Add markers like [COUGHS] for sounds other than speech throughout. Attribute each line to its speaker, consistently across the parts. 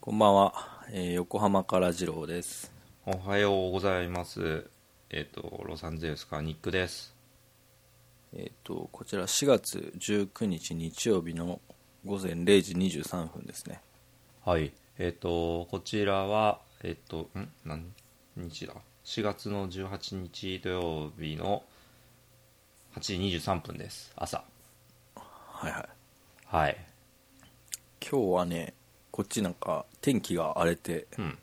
Speaker 1: こんばんは、えー横浜から二郎です。
Speaker 2: おはようございます。えっ、と、ロサンゼルスからニックです。
Speaker 1: えっ、と、こちら4月19日日曜日の午前0時23分ですね。
Speaker 2: はい。えっ、と、こちらは、えっ、と、ん何日だ ?4 月の18日土曜日の8時23分です。朝。
Speaker 1: はいはい。
Speaker 2: はい。
Speaker 1: 今日はね、こっちなんか天気が荒れて、
Speaker 2: うん。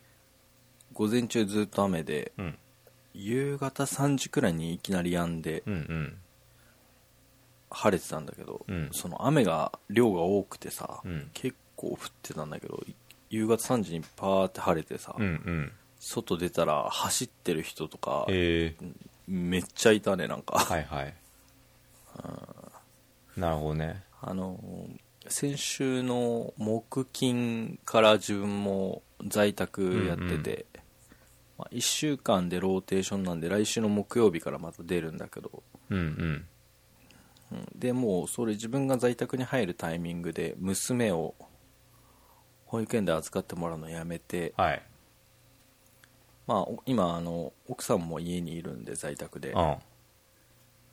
Speaker 1: 午前中ずっと雨で、
Speaker 2: うん。
Speaker 1: 夕方3時くらいにいきなり止んで
Speaker 2: うんうん。
Speaker 1: 晴れてたんだけど、
Speaker 2: うん
Speaker 1: その雨が量が多くてさ、
Speaker 2: うん
Speaker 1: 結構降ってたんだけど、夕方3時にパーって晴れてさ、
Speaker 2: うんうん。
Speaker 1: 外出たら走ってる人とか、
Speaker 2: えー、
Speaker 1: めっちゃいたね、なんか。
Speaker 2: はいはい。なるほどね。
Speaker 1: あの先週の木金から自分も在宅やってて、まあ、1週間でローテーションなんで来週の木曜日からまた出るんだけど、
Speaker 2: うんうん。
Speaker 1: うんでもうそれ自分が在宅に入るタイミングで娘を保育園で預かってもらうのやめて、
Speaker 2: はい。
Speaker 1: まあ、お今あの奥さんも家にいるんで在宅で
Speaker 2: うん。は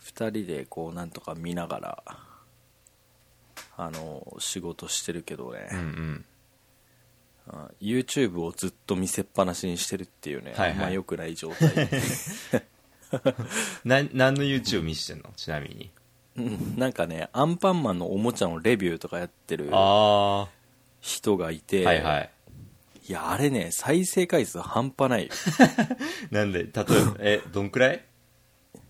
Speaker 1: 2人でこうなんとか見ながらあの仕事してるけどね、
Speaker 2: うんうん。
Speaker 1: あ YouTube をずっと見せっぱなしにしてるっていうね、
Speaker 2: はいはい
Speaker 1: あんま良くない状態
Speaker 2: [LAUGHS] な、何の YouTube 見してんのちなみに。
Speaker 1: うんなんかねアンパンマンのおもちゃのレビューとかやってる
Speaker 2: あ
Speaker 1: 人がいて、
Speaker 2: ー。はいはい。
Speaker 1: いやあれね再生回数半端ないよ
Speaker 2: なんで、例え
Speaker 1: [LAUGHS]
Speaker 2: ば、え、どんくらい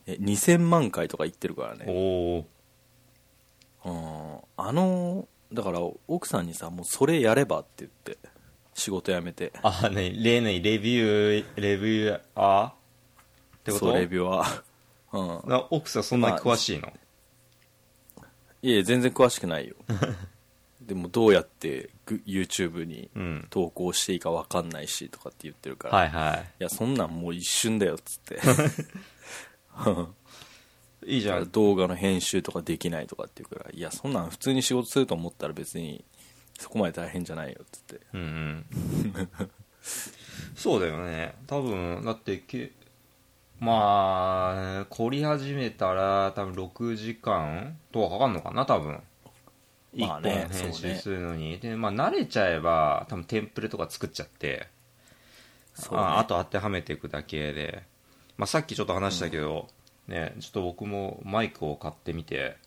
Speaker 1: え2000万回とか言ってるからね
Speaker 2: お
Speaker 1: う
Speaker 2: お
Speaker 1: んあのだから奥さんにさもうそれやればって言って仕事辞めて
Speaker 2: あね例のレビューレビューアーってこ
Speaker 1: そう
Speaker 2: と
Speaker 1: レビューは [LAUGHS] うん
Speaker 2: な奥さんそんなに詳しいの、
Speaker 1: いえ全然詳しく
Speaker 2: [LAUGHS]
Speaker 1: ないよでもどうやってぐ YouTube に
Speaker 2: うん
Speaker 1: 投稿していいか分かんないしとかって言ってるから、
Speaker 2: はいはい
Speaker 1: やそんなんもう一瞬だよっつって
Speaker 2: [LAUGHS] いいいじゃん
Speaker 1: 動画の編集とかできないとかっていうからいやそんなん普通に仕事すると思ったら別にそこまで大変じゃないよっつって
Speaker 2: うんうん
Speaker 1: [LAUGHS]
Speaker 2: そうだよね多分だってけまあ凝り始めたら多分6時間とはかかんのかな多分一
Speaker 1: まあ
Speaker 2: 本
Speaker 1: ね
Speaker 2: 編
Speaker 1: そう
Speaker 2: 集
Speaker 1: ね
Speaker 2: するのに、でまあ慣れちゃえば多分テンプレとか作っちゃって
Speaker 1: そうね
Speaker 2: ああと当てはめていくだけで、まあ、さっきちょっと話したけど、ね、ちょっと僕もマイクを買ってみて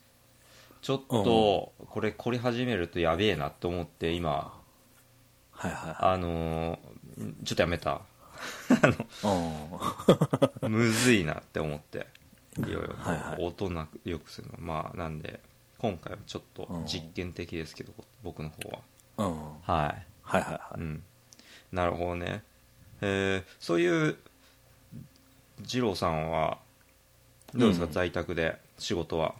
Speaker 2: ちょっとこれ凝り始めるとやべえなと思って今
Speaker 1: はいは
Speaker 2: あのーちょっとやめた
Speaker 1: いは
Speaker 2: むずいなって
Speaker 1: [LAUGHS]
Speaker 2: 思っていろい
Speaker 1: はいはい
Speaker 2: ろ音なくよくするのまあなんで今回はちょっと実験的ですけど僕の方は
Speaker 1: うん、うん、はい
Speaker 2: はい
Speaker 1: はいは
Speaker 2: うん、なるほどね、えーそういう二郎さんはどうですか、
Speaker 1: うん
Speaker 2: 在宅で仕事はい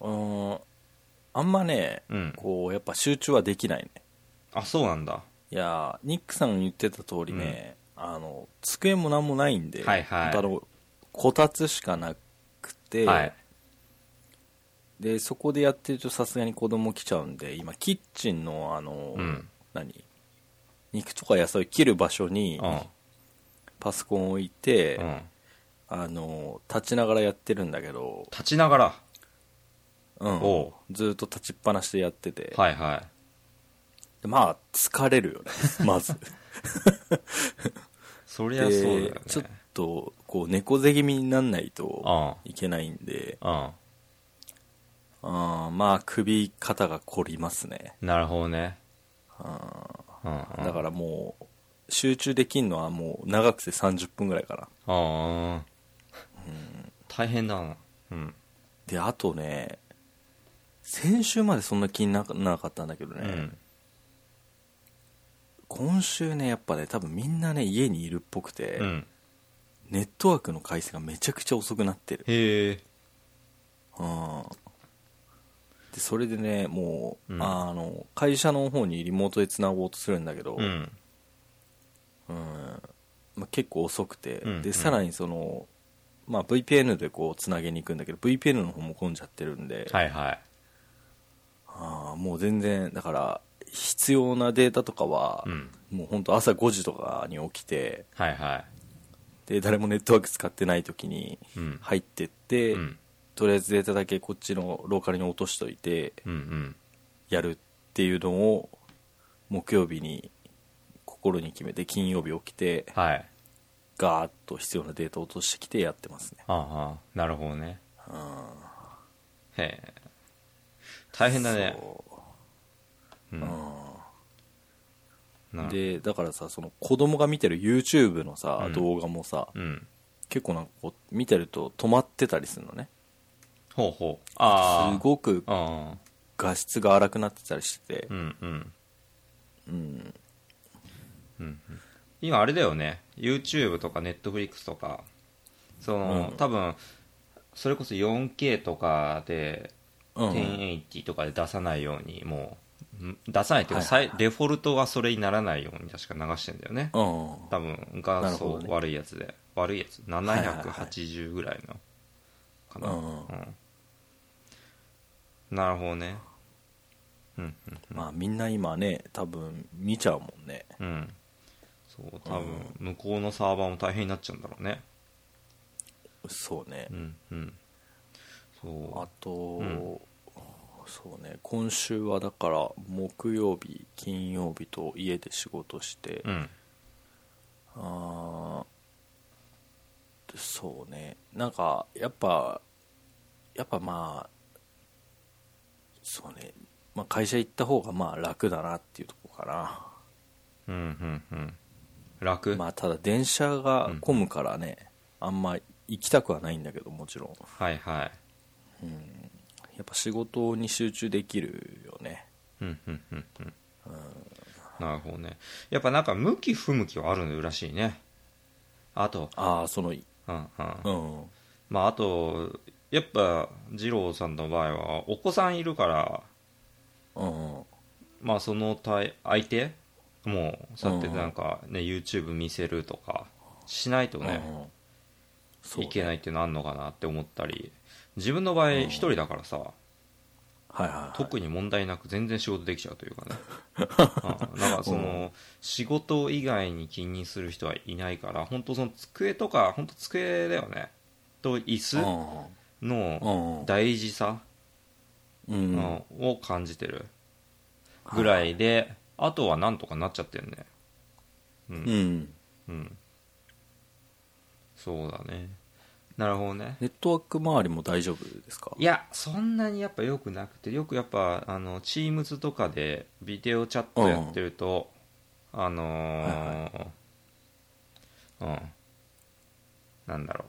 Speaker 1: うんあんまね
Speaker 2: うん
Speaker 1: こうやっぱ集中はできないね
Speaker 2: あそうなんだ
Speaker 1: いやーニックさん言ってた通りね、あの机も何もないんで、
Speaker 2: はいはい
Speaker 1: あのこたつしかなくて、
Speaker 2: はい
Speaker 1: でそこでやってるとさすがに子供来ちゃうんで今キッチンのあの、
Speaker 2: うん
Speaker 1: 何肉とか野菜切る場所に
Speaker 2: うん
Speaker 1: パソコンを置いて、
Speaker 2: うん
Speaker 1: あの立ちながらやってるんだけど、
Speaker 2: 立ちながら
Speaker 1: うん
Speaker 2: おう
Speaker 1: ずっと立ちっぱなしでやってて、
Speaker 2: はいは
Speaker 1: でまあ疲れる
Speaker 2: [LAUGHS]
Speaker 1: よねまず
Speaker 2: いそりゃそうだよね
Speaker 1: でちょっとこう猫背気味になんないと
Speaker 2: あ
Speaker 1: いけないんで
Speaker 2: あ
Speaker 1: あーまあ首肩が凝りますね
Speaker 2: うんなるほどねうんうん
Speaker 1: だからもう集中できんのはもう長くて30分ぐらいかな
Speaker 2: ああ大変だなうん
Speaker 1: であとね先週までそんな気にななかったんだけどね、
Speaker 2: うん
Speaker 1: 今週ねやっぱね多分みんなね家にいるっぽくて、
Speaker 2: うん
Speaker 1: ネットワークの回線がめちゃくちゃ遅くなってる
Speaker 2: へえ
Speaker 1: うんでそれでねもう、
Speaker 2: うん
Speaker 1: あの会社の方にリモートでつなごうとするんだけど、
Speaker 2: うん
Speaker 1: うんまあ、結構遅くて、
Speaker 2: うんう
Speaker 1: で
Speaker 2: ん
Speaker 1: さらにその、まあ、VPN でこうつなげに行くんだけど VPN の方も混んじゃってるんで、
Speaker 2: はいはい
Speaker 1: あーもう全然だから必要なデータとかは、
Speaker 2: うん
Speaker 1: もう本当朝5時とかに起きて
Speaker 2: はいは
Speaker 1: で誰もネットワーク使ってない時に
Speaker 2: いうん
Speaker 1: 入ってって、
Speaker 2: うん
Speaker 1: とりあえずデータだけこっちのローカルに落としといて
Speaker 2: うんうん
Speaker 1: やるっていうのを木曜日に心に決めて金曜日起きて
Speaker 2: はい
Speaker 1: ガーッと必要なデータを落としてきてやってますね
Speaker 2: ああなるほどね
Speaker 1: うん
Speaker 2: へえ大変だね
Speaker 1: そう
Speaker 2: うんな
Speaker 1: でだからさその子供が見てる YouTube のさ、
Speaker 2: うん
Speaker 1: 動画もさ
Speaker 2: うん
Speaker 1: 結構なんかこう見てると止まってたりするのね
Speaker 2: ほうほうああ
Speaker 1: すごく
Speaker 2: ああ
Speaker 1: 画質が荒くなってたりしてて
Speaker 2: うんうん
Speaker 1: うん
Speaker 2: 今あれだよね YouTube とか Netflix とかその、
Speaker 1: うん
Speaker 2: 多分それこそ 4K とかで
Speaker 1: うん
Speaker 2: 1080とかで出さないようにもうん出さないっていうか、
Speaker 1: はい
Speaker 2: さいデフォルトはそれにならないように確か流してんだよね
Speaker 1: うん
Speaker 2: 多分画
Speaker 1: なるほど
Speaker 2: 素
Speaker 1: ね
Speaker 2: 悪いやつで、悪いやつ
Speaker 1: いはい
Speaker 2: 780ぐらいのかな、
Speaker 1: うんうん
Speaker 2: うんなるほどねうん
Speaker 1: まあみんな今ね多分見ちゃうもんね
Speaker 2: うんうんそう多分向こうのサーバーも大変になっちゃうんだろうね
Speaker 1: そうね
Speaker 2: うんうんそう
Speaker 1: あと、
Speaker 2: ん
Speaker 1: そうね今週はだから木曜日金曜日と家で仕事して、
Speaker 2: うん
Speaker 1: あーそうねなんかやっぱやっぱまあそうね、まあ、会社行った方がまあ楽だなっていうところか
Speaker 2: うんうんうん楽、
Speaker 1: なまあただ電車が混むからね、あんま行きたくはないんだけどもちろん
Speaker 2: はいはい
Speaker 1: やっぱ仕事に集中できるよね
Speaker 2: うんうんうんうんなるほどねやっぱなんか向き不向きはあるらしいねあと
Speaker 1: ああその
Speaker 2: うんうん
Speaker 1: うん
Speaker 2: まああとやっぱ二郎さんの場合はお子さんいるから
Speaker 1: うん
Speaker 2: まあその対相手もうそうやって
Speaker 1: うん
Speaker 2: なんかね、YouTube 見せるとかしないと
Speaker 1: うん
Speaker 2: ね、
Speaker 1: うんそう
Speaker 2: いけないっていうのあんのかなって思ったり自分の場合一人だからさ、
Speaker 1: はいはいはい
Speaker 2: 特に問題なく全然仕事できちゃうとい
Speaker 1: [LAUGHS]
Speaker 2: うかね、うんなんかその仕事以外に気にする人はいないから本当その机とか本当机だよねと椅子
Speaker 1: う
Speaker 2: の
Speaker 1: んうん
Speaker 2: 大事さ、
Speaker 1: うん
Speaker 2: うんを感じてるぐらいであとはなんとかなっちゃってるね
Speaker 1: うん
Speaker 2: うんそうだねなるほどね
Speaker 1: ネットワーク周りも大丈夫ですか
Speaker 2: いやそんなにやっぱ良くなくてよくやっぱあの Teams とかでビデオチャットやってると、あのーうんなんだろう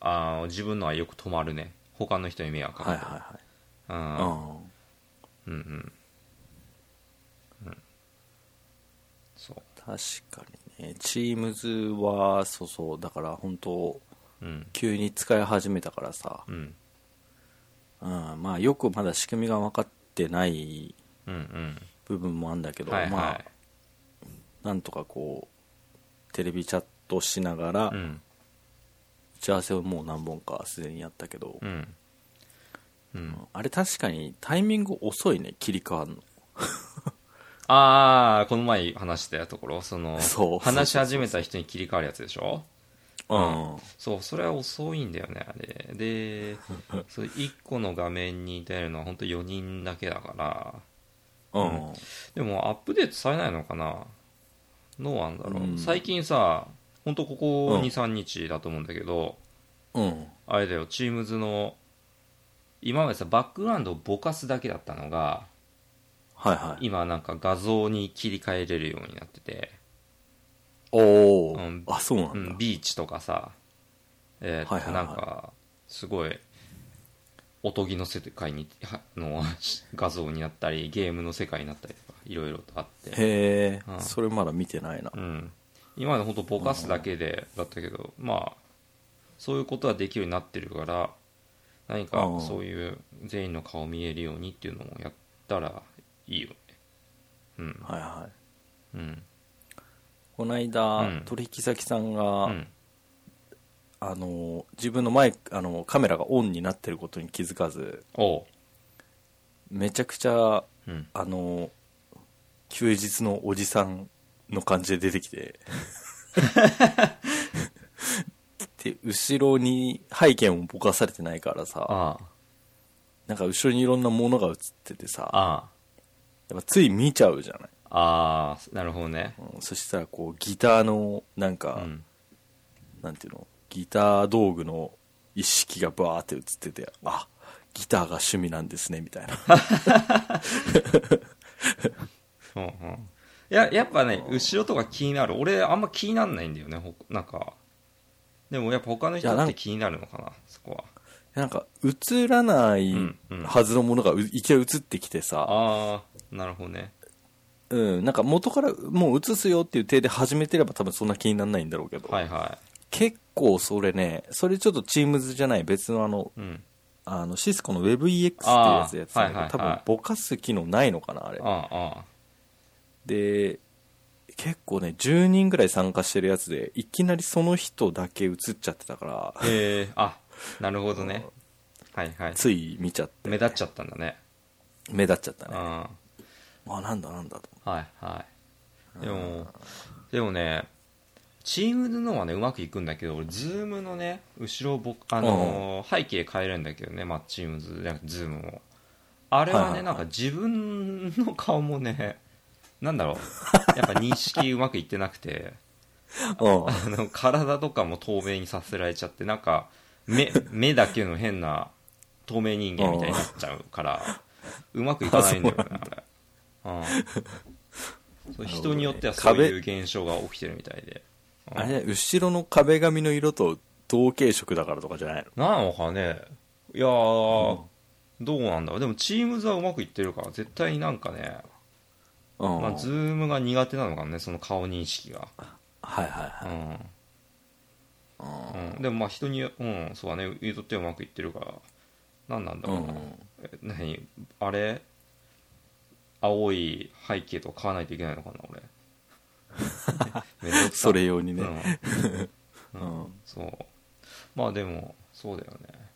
Speaker 2: あー自分のはよく止まるね他の人に迷惑か
Speaker 1: はい
Speaker 2: か
Speaker 1: は
Speaker 2: る、
Speaker 1: いはい
Speaker 2: うん
Speaker 1: た
Speaker 2: うんうんうんそう
Speaker 1: 確かにね Teams はそうそうだから本当
Speaker 2: うん
Speaker 1: 急に使い始めたからさ、
Speaker 2: うん
Speaker 1: うん、まあよくまだ仕組みが分かってない
Speaker 2: うんうん
Speaker 1: 部分もあるんだけど、
Speaker 2: はいはい、
Speaker 1: まあなんとかこうテレビチャットしながら、
Speaker 2: う
Speaker 1: 打
Speaker 2: ん
Speaker 1: ち合わせをもう何本かすでにやったけど、
Speaker 2: うんうん
Speaker 1: あれ確かにタイミング遅いね切り替わるの
Speaker 2: ああ、この前話したところ、そ
Speaker 1: [LAUGHS]
Speaker 2: の、
Speaker 1: そう
Speaker 2: 話し始めた人に切り替わるやつでしょ
Speaker 1: うん、
Speaker 2: そう、それは遅いんだよね、あれ。
Speaker 1: [LAUGHS]
Speaker 2: で、それ1個の画面に出るのは本当4人だけだから、
Speaker 1: うん
Speaker 2: でもアップデートされないのかなどうなんだろう。
Speaker 1: うん
Speaker 2: 最近さ、本当ここ2、
Speaker 1: うん
Speaker 2: 3日だと思うんだけど、
Speaker 1: うん
Speaker 2: あれだよ、チームズの、今までさ、バックグラウンドをぼかすだけだったのが、
Speaker 1: はいはい
Speaker 2: 今なんか画像に切り替えれるようになってて、
Speaker 1: おお、
Speaker 2: うん
Speaker 1: あそうなんだ、
Speaker 2: うん、ビーチとかさ、えー
Speaker 1: はいはいは
Speaker 2: ないんかすごいおとぎの世界にはの [LAUGHS] 画像になったりゲームの世界になったりとかいろいろとあって、
Speaker 1: へえ、
Speaker 2: うん
Speaker 1: それまだ見てないな
Speaker 2: うん、今までほんとぼかすだけでだったけど、まあそういうことはできるようになってるから何か
Speaker 1: うん
Speaker 2: そういう全員の顔見えるようにっていうのをやったらいいよねうん
Speaker 1: はいはい
Speaker 2: うん
Speaker 1: この間、
Speaker 2: うん
Speaker 1: 取引先さんが、
Speaker 2: うん
Speaker 1: あの自分のマイクあのカメラがオンになってることに気づかず
Speaker 2: おう
Speaker 1: めちゃくちゃ
Speaker 2: うん
Speaker 1: あの休日のおじさんの感じで出てき
Speaker 2: [LAUGHS]
Speaker 1: てで後ろに背景もぼかされてないからさ
Speaker 2: あ
Speaker 1: なんか後ろにいろんなものが映ってて
Speaker 2: あ
Speaker 1: さ
Speaker 2: あ
Speaker 1: やっぱつい見ちゃうじゃない、
Speaker 2: あああなるほどね
Speaker 1: うん、そしたらこうギターのなん
Speaker 2: う
Speaker 1: か、
Speaker 2: ん
Speaker 1: なんていうのギター道具の一式がバーって映っててあギターが趣味なんですねみた
Speaker 2: [LAUGHS]
Speaker 1: いな
Speaker 2: うんうんいややっぱね後ろとか気になる俺あんま気になんないんだよねほなんかでもやっぱ他の人
Speaker 1: いや
Speaker 2: だ
Speaker 1: な
Speaker 2: っ
Speaker 1: ん
Speaker 2: て
Speaker 1: か
Speaker 2: 気になるのかなそこは
Speaker 1: なんか映らない
Speaker 2: うんうん
Speaker 1: はずのものがういきなり映ってきてさ、
Speaker 2: ああなるほどね
Speaker 1: うん、なんか元からもう映すよっていう体で始めてれば多分そんな気にならないんだろうけど、
Speaker 2: はいは
Speaker 1: 結構それねそれちょっとチームズじゃない別のあの
Speaker 2: いうん
Speaker 1: あのシスコの WebEX っていうやつでやってたんだけど、
Speaker 2: あーはいはいはい
Speaker 1: 多分ぼかす機能ないのかなあれ
Speaker 2: ああああ
Speaker 1: で結構ね10人ぐらい参加してるやつでいきなりその人だけ映っちゃってたから
Speaker 2: へえあなるほ
Speaker 1: [LAUGHS]
Speaker 2: どねはいはい
Speaker 1: つい見ちゃって
Speaker 2: 目立っちゃったんだね
Speaker 1: 目立っちゃった
Speaker 2: う
Speaker 1: ね
Speaker 2: ん
Speaker 1: あなんだなんだと
Speaker 2: はいはいでもでもねチームのはねうまくいくんだけど俺ズームのね後ろ僕あのー背景変えれるんだけどねまあチームズじゃなくてズームもあれ
Speaker 1: はい
Speaker 2: は
Speaker 1: はいは
Speaker 2: ね
Speaker 1: い
Speaker 2: なんか自分の顔もねなんだろうやっぱ認識うまくいってなくて
Speaker 1: うん
Speaker 2: あの体とかも透明にさせられちゃってなんか目 [LAUGHS] 目だけの変な透明人間みたいになっちゃうからうまくいかないんだよねあれ、うん、そう人によってはそういう現象が起きてるみたいで
Speaker 1: あれね後ろの壁紙の色と同系色だからとかじゃないの
Speaker 2: なのかねいやー、どうなんだろうでもチームズはうまくいってるから絶対になんかね、
Speaker 1: うん
Speaker 2: まあ、ズームが苦手なのかねその顔認識が
Speaker 1: はいはいは
Speaker 2: う
Speaker 1: い
Speaker 2: ん
Speaker 1: うん
Speaker 2: うん、でもまあ人にようんそうだね言うとってはうまくいってるから何なんだろうな、
Speaker 1: うん
Speaker 2: え何あれ青い背景とか買わないといけないのかな
Speaker 1: [LAUGHS]
Speaker 2: 俺めんどくさ
Speaker 1: それ用にね、
Speaker 2: う、
Speaker 1: うんん
Speaker 2: そうまあでもそうだよね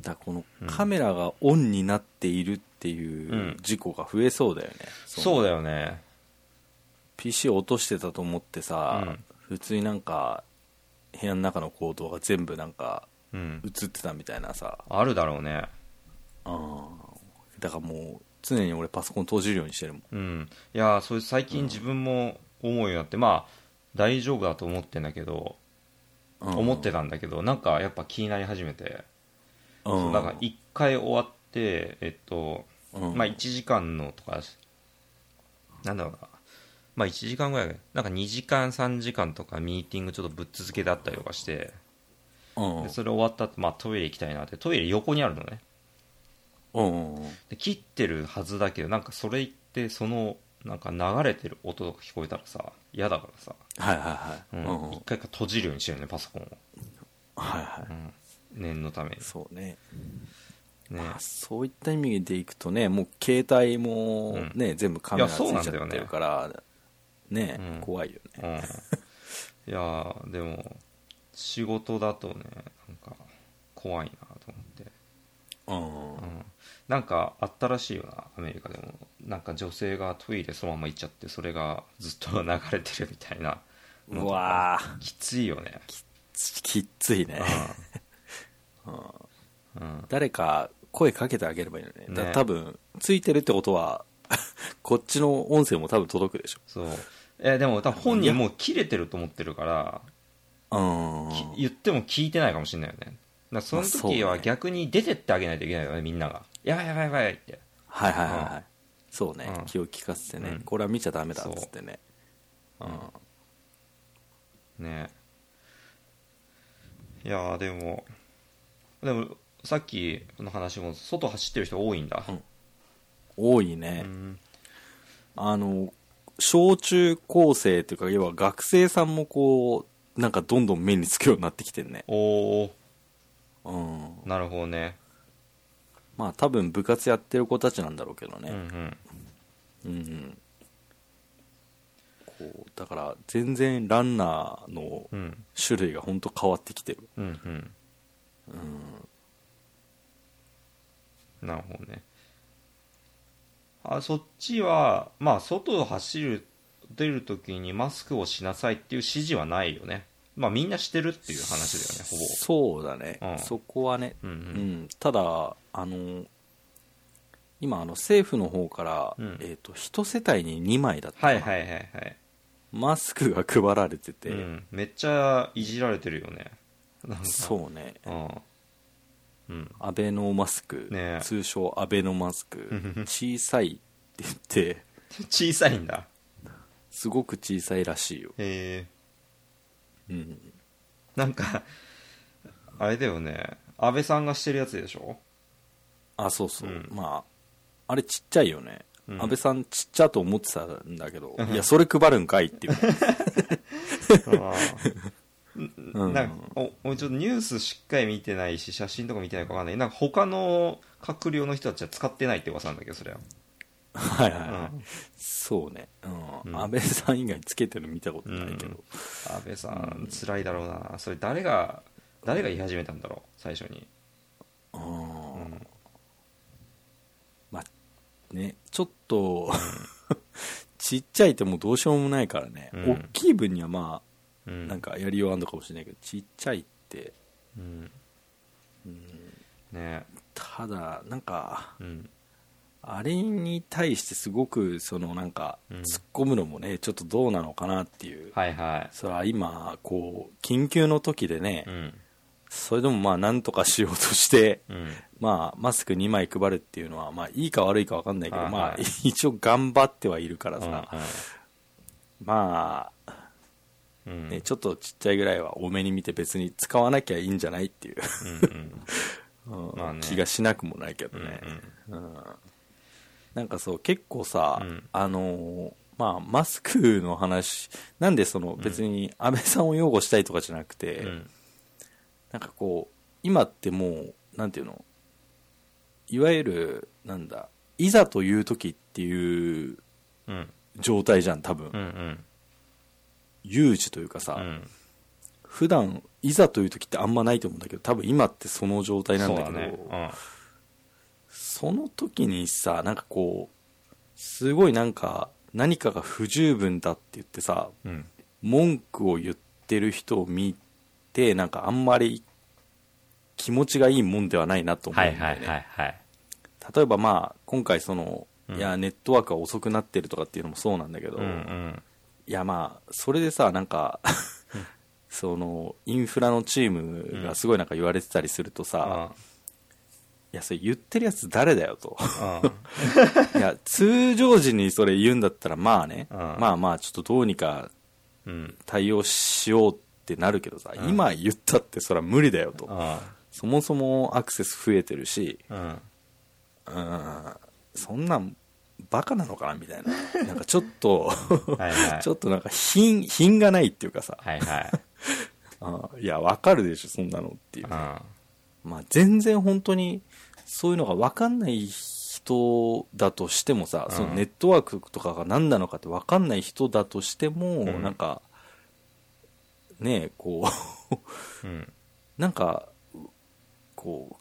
Speaker 1: だからこのカメラがオンになっているってい
Speaker 2: ん
Speaker 1: う事故が増えそうだよね、
Speaker 2: そう
Speaker 1: う
Speaker 2: だよね
Speaker 1: PC 落としてたと思ってさ、
Speaker 2: うん
Speaker 1: 普通になんか部屋の中の行動が全部なんか
Speaker 2: うん
Speaker 1: 映ってたみたいなさ、
Speaker 2: あるだろうね
Speaker 1: うんだからもう常に俺パソコン閉じるようにしてるもん
Speaker 2: うんいやーそれ最近自分も思うようになって、まあ大丈夫だと思ってんだけど、
Speaker 1: うん
Speaker 2: 思ってたんだけどなんかやっぱ気になり始めて
Speaker 1: うん
Speaker 2: そうだから1回終わって、えっと
Speaker 1: うん
Speaker 2: まあ、1時間のとかなんだろうな、まあ、1時間ぐらいなんか2時間3時間とかミーティングちょっとぶっ続けだったりとかして
Speaker 1: うん
Speaker 2: でそれ終わった後、まあ、トイレ行きたいなってトイレ横にあるのね
Speaker 1: うんうん
Speaker 2: で切ってるはずだけどなんかそれ行ってそのなんか流れてる音とか聞こえたらさ嫌だからさ、
Speaker 1: はいはいは
Speaker 2: う
Speaker 1: い、
Speaker 2: ん
Speaker 1: うんうん
Speaker 2: 一回か閉じるようにしてるねパソコンを、
Speaker 1: はいはい
Speaker 2: うん、念のため
Speaker 1: そうね
Speaker 2: にね
Speaker 1: まあそういった意味でいくとねもう携帯もね、全部カメラついちゃってるからね
Speaker 2: うん
Speaker 1: 怖いよね
Speaker 2: うん、いやーでも仕事だとねなんか怖いなと思って、
Speaker 1: うん
Speaker 2: うん、なんかあったらしいよなアメリカでもなんか女性がトイレそのまま行っちゃってそれがずっと流れてるみた
Speaker 1: [LAUGHS]
Speaker 2: いなのと
Speaker 1: う
Speaker 2: か
Speaker 1: わー
Speaker 2: きついよね
Speaker 1: ききっついね [LAUGHS]
Speaker 2: うん、うん、
Speaker 1: 誰か声かけてあげればいいのね
Speaker 2: ね
Speaker 1: だ多分ついてるってことは [LAUGHS] こっちの音声も多分届くでしょ
Speaker 2: そうえでも多分本人もう切れてると思ってるから
Speaker 1: うん
Speaker 2: き言っても聞いてないかもしれないよねだから
Speaker 1: まあ
Speaker 2: そ
Speaker 1: そうだ
Speaker 2: の時
Speaker 1: ね
Speaker 2: は逆に出てってあげないといけないよねみんなが「やばいやばいやばい」って
Speaker 1: はいはいはいはいそうね、
Speaker 2: うん
Speaker 1: 気を利かせてね、
Speaker 2: うん
Speaker 1: これは見ちゃダメだっつってね
Speaker 2: ねいやーでもでもさっきの話も外走ってる人多いんだ
Speaker 1: うん多いうね、
Speaker 2: ん
Speaker 1: あの小中高生というか要は学生さんもこうなんかどんどん目につくようになってきてんね
Speaker 2: おお
Speaker 1: うん
Speaker 2: なるほどね
Speaker 1: まあ多分部活やってる子たちなんだろうけどね、
Speaker 2: うんうん
Speaker 1: うんこうだから全然ランナーの
Speaker 2: うん
Speaker 1: 種類が本当変わってきてる
Speaker 2: うんうんなるほどねあそっちはまあ外を走る出るときにマスクをしなさいっていう指示はないよねまあみんなしてるっていう話だよねほ
Speaker 1: そ
Speaker 2: ぼ
Speaker 1: うだね、
Speaker 2: うん
Speaker 1: そこはね、
Speaker 2: うんう
Speaker 1: うんん、ただあの今あの政府の方から、
Speaker 2: うん
Speaker 1: えー、と1世帯に2枚だったか
Speaker 2: は
Speaker 1: ない
Speaker 2: はいはいはい、
Speaker 1: マスクが配られてて、
Speaker 2: うん、めっちゃいじられてるよねなんか
Speaker 1: そうね
Speaker 2: うんうん
Speaker 1: アベノマスク、
Speaker 2: ねえ
Speaker 1: 通称アベノマスク小さいって言って
Speaker 2: 小さいんだ
Speaker 1: すごく小さいらしいよ、
Speaker 2: へ
Speaker 1: う
Speaker 2: え
Speaker 1: ん、
Speaker 2: なんかあれだよね安倍さんがしてるやつでしょ
Speaker 1: あそうそう、
Speaker 2: うん
Speaker 1: まああれちっちゃいよね、
Speaker 2: うん
Speaker 1: 安倍さんちっちゃと思ってたんだけど、いやそれ配るんかいっ
Speaker 2: [LAUGHS]
Speaker 1: ていう、う
Speaker 2: なんかお俺ちょっとニュースしっかり見てないし写真とか見てないかわかんないなんか他の閣僚の人たちは使ってないって噂なんだけどそれは
Speaker 1: はいはいはい、
Speaker 2: うん
Speaker 1: そうね、うん
Speaker 2: うん
Speaker 1: 安倍さん以外つけてるの見たことないけど、
Speaker 2: 安倍さん辛いだろうなそれ誰が誰が言い始めたんだろう最初に
Speaker 1: うん
Speaker 2: うん
Speaker 1: まあねちょっと [LAUGHS] ちっちゃいってもうどうしようもないからね、
Speaker 2: うん
Speaker 1: 大きい分にはまあ
Speaker 2: うん
Speaker 1: なんかやりようあんのかもしれないけどちっちゃいって
Speaker 2: うんね
Speaker 1: ただなんか
Speaker 2: うん
Speaker 1: あれに対してすごくそのなんか
Speaker 2: うん
Speaker 1: 突っ込むのもねちょっとどうなのかなっていう、
Speaker 2: はいは
Speaker 1: それは今こう緊急の時でね、
Speaker 2: いうん
Speaker 1: それでもまあなんとかしようとして [LAUGHS]
Speaker 2: うん
Speaker 1: まあ、マスク2枚配るっていうのは、まあ、いいか悪いか分かんないけど、
Speaker 2: はい
Speaker 1: まあ [LAUGHS]
Speaker 2: はい、
Speaker 1: 一応頑張ってはいるからさ、
Speaker 2: う
Speaker 1: まあ、
Speaker 2: ん
Speaker 1: ね、ちょっとちっちゃいぐらいは多めに見て別に使わなきゃいいんじゃないっていう、うん
Speaker 2: まあね
Speaker 1: [LAUGHS] 気がしなくもないけどね。うんなんかそう、結構さ、
Speaker 2: うん
Speaker 1: あのーまあ、マスクの話、なんでその別に安倍さんを擁護したいとかじゃなくて、なんかこう、今ってもう、なんていうの、いわゆる、なんだ、いざという時っていう
Speaker 2: うん
Speaker 1: 状態じゃん、多分。
Speaker 2: うん
Speaker 1: 有事というかさ、
Speaker 2: うん
Speaker 1: 普段、いざという時ってあんまないと思うんだけど、多分今ってその状態なんだけど、その時にさ、なんかこう、すごいなんか、何かが不十分だって言ってさ、
Speaker 2: うん
Speaker 1: 文句を言ってる人を見て、なんかあんまり気持ちがいいもんではないなと思うん
Speaker 2: は
Speaker 1: だよ
Speaker 2: い
Speaker 1: ね。
Speaker 2: はいはいはい
Speaker 1: 例えばまあ今回その、
Speaker 2: うん
Speaker 1: いやネットワークが遅くなってるとかっていうのもそうなんだけど、
Speaker 2: うん
Speaker 1: いやまあそれでさなんか [LAUGHS] そのインフラのチームがすごいなんか言われてたりするとさ、いやそれ言ってるやつ誰だよといや通常時にそれ言うんだったらまあね、
Speaker 2: うん
Speaker 1: まあまあちょっとどうにか
Speaker 2: うん
Speaker 1: 対応しようってなるけどさ、
Speaker 2: うん
Speaker 1: 今言ったってそれは無理だよと、
Speaker 2: あ
Speaker 1: そもそもアクセス増えてるし、
Speaker 2: うん
Speaker 1: うんそんなんバカなのかなみたいな。
Speaker 2: [LAUGHS]
Speaker 1: なんかちょっと、
Speaker 2: はいはい
Speaker 1: ちょっとなんか品、品がないっていうかさ、
Speaker 2: はいはい
Speaker 1: あいや、わかるでしょ、そんなのっていう
Speaker 2: う。ん
Speaker 1: まあ全然本当に、そういうのがわかんない人だとしてもさ、
Speaker 2: うん
Speaker 1: そのネットワークとかが何なのかってわかんない人だとしても、
Speaker 2: うん
Speaker 1: なんか、ねえ、こう、
Speaker 2: うん
Speaker 1: なんか、こう、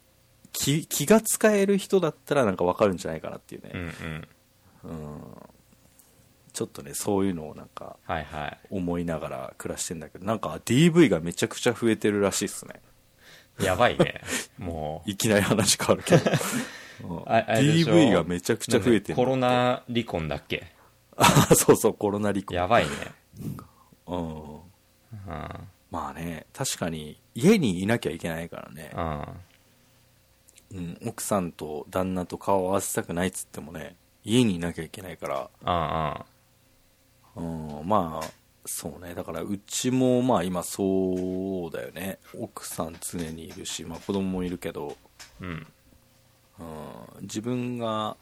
Speaker 1: 気気が使える人だったらなんかわかるんじゃないかなっていうね。
Speaker 2: うんうん
Speaker 1: うんちょっとねそういうのをなんか
Speaker 2: はいはい
Speaker 1: 思いながら暮らしてんだけどなんか DV がめちゃくちゃ増えてるらしいっすね
Speaker 2: やばいね。もう。
Speaker 1: いきなり話変わるけ
Speaker 2: [LAUGHS]
Speaker 1: ど、うん
Speaker 2: ああれでしょ
Speaker 1: DV がめちゃくちゃ増えてる
Speaker 2: コロナ離婚だっけ
Speaker 1: [LAUGHS] あそうそうコロナ離婚、
Speaker 2: やばいね。
Speaker 1: うん、
Speaker 2: うん。
Speaker 1: まあね確かに家にいなきゃいけないからね
Speaker 2: う、ん。
Speaker 1: うん、奥さんと旦那と顔を合わせたくないっつってもね家にいなきゃいけないから、
Speaker 2: うん
Speaker 1: うん、まあそうねだからうちもまあ今そうだよね奥さん常にいるし、まあ、子供もいるけど、
Speaker 2: うん。うん。
Speaker 1: うん、自分が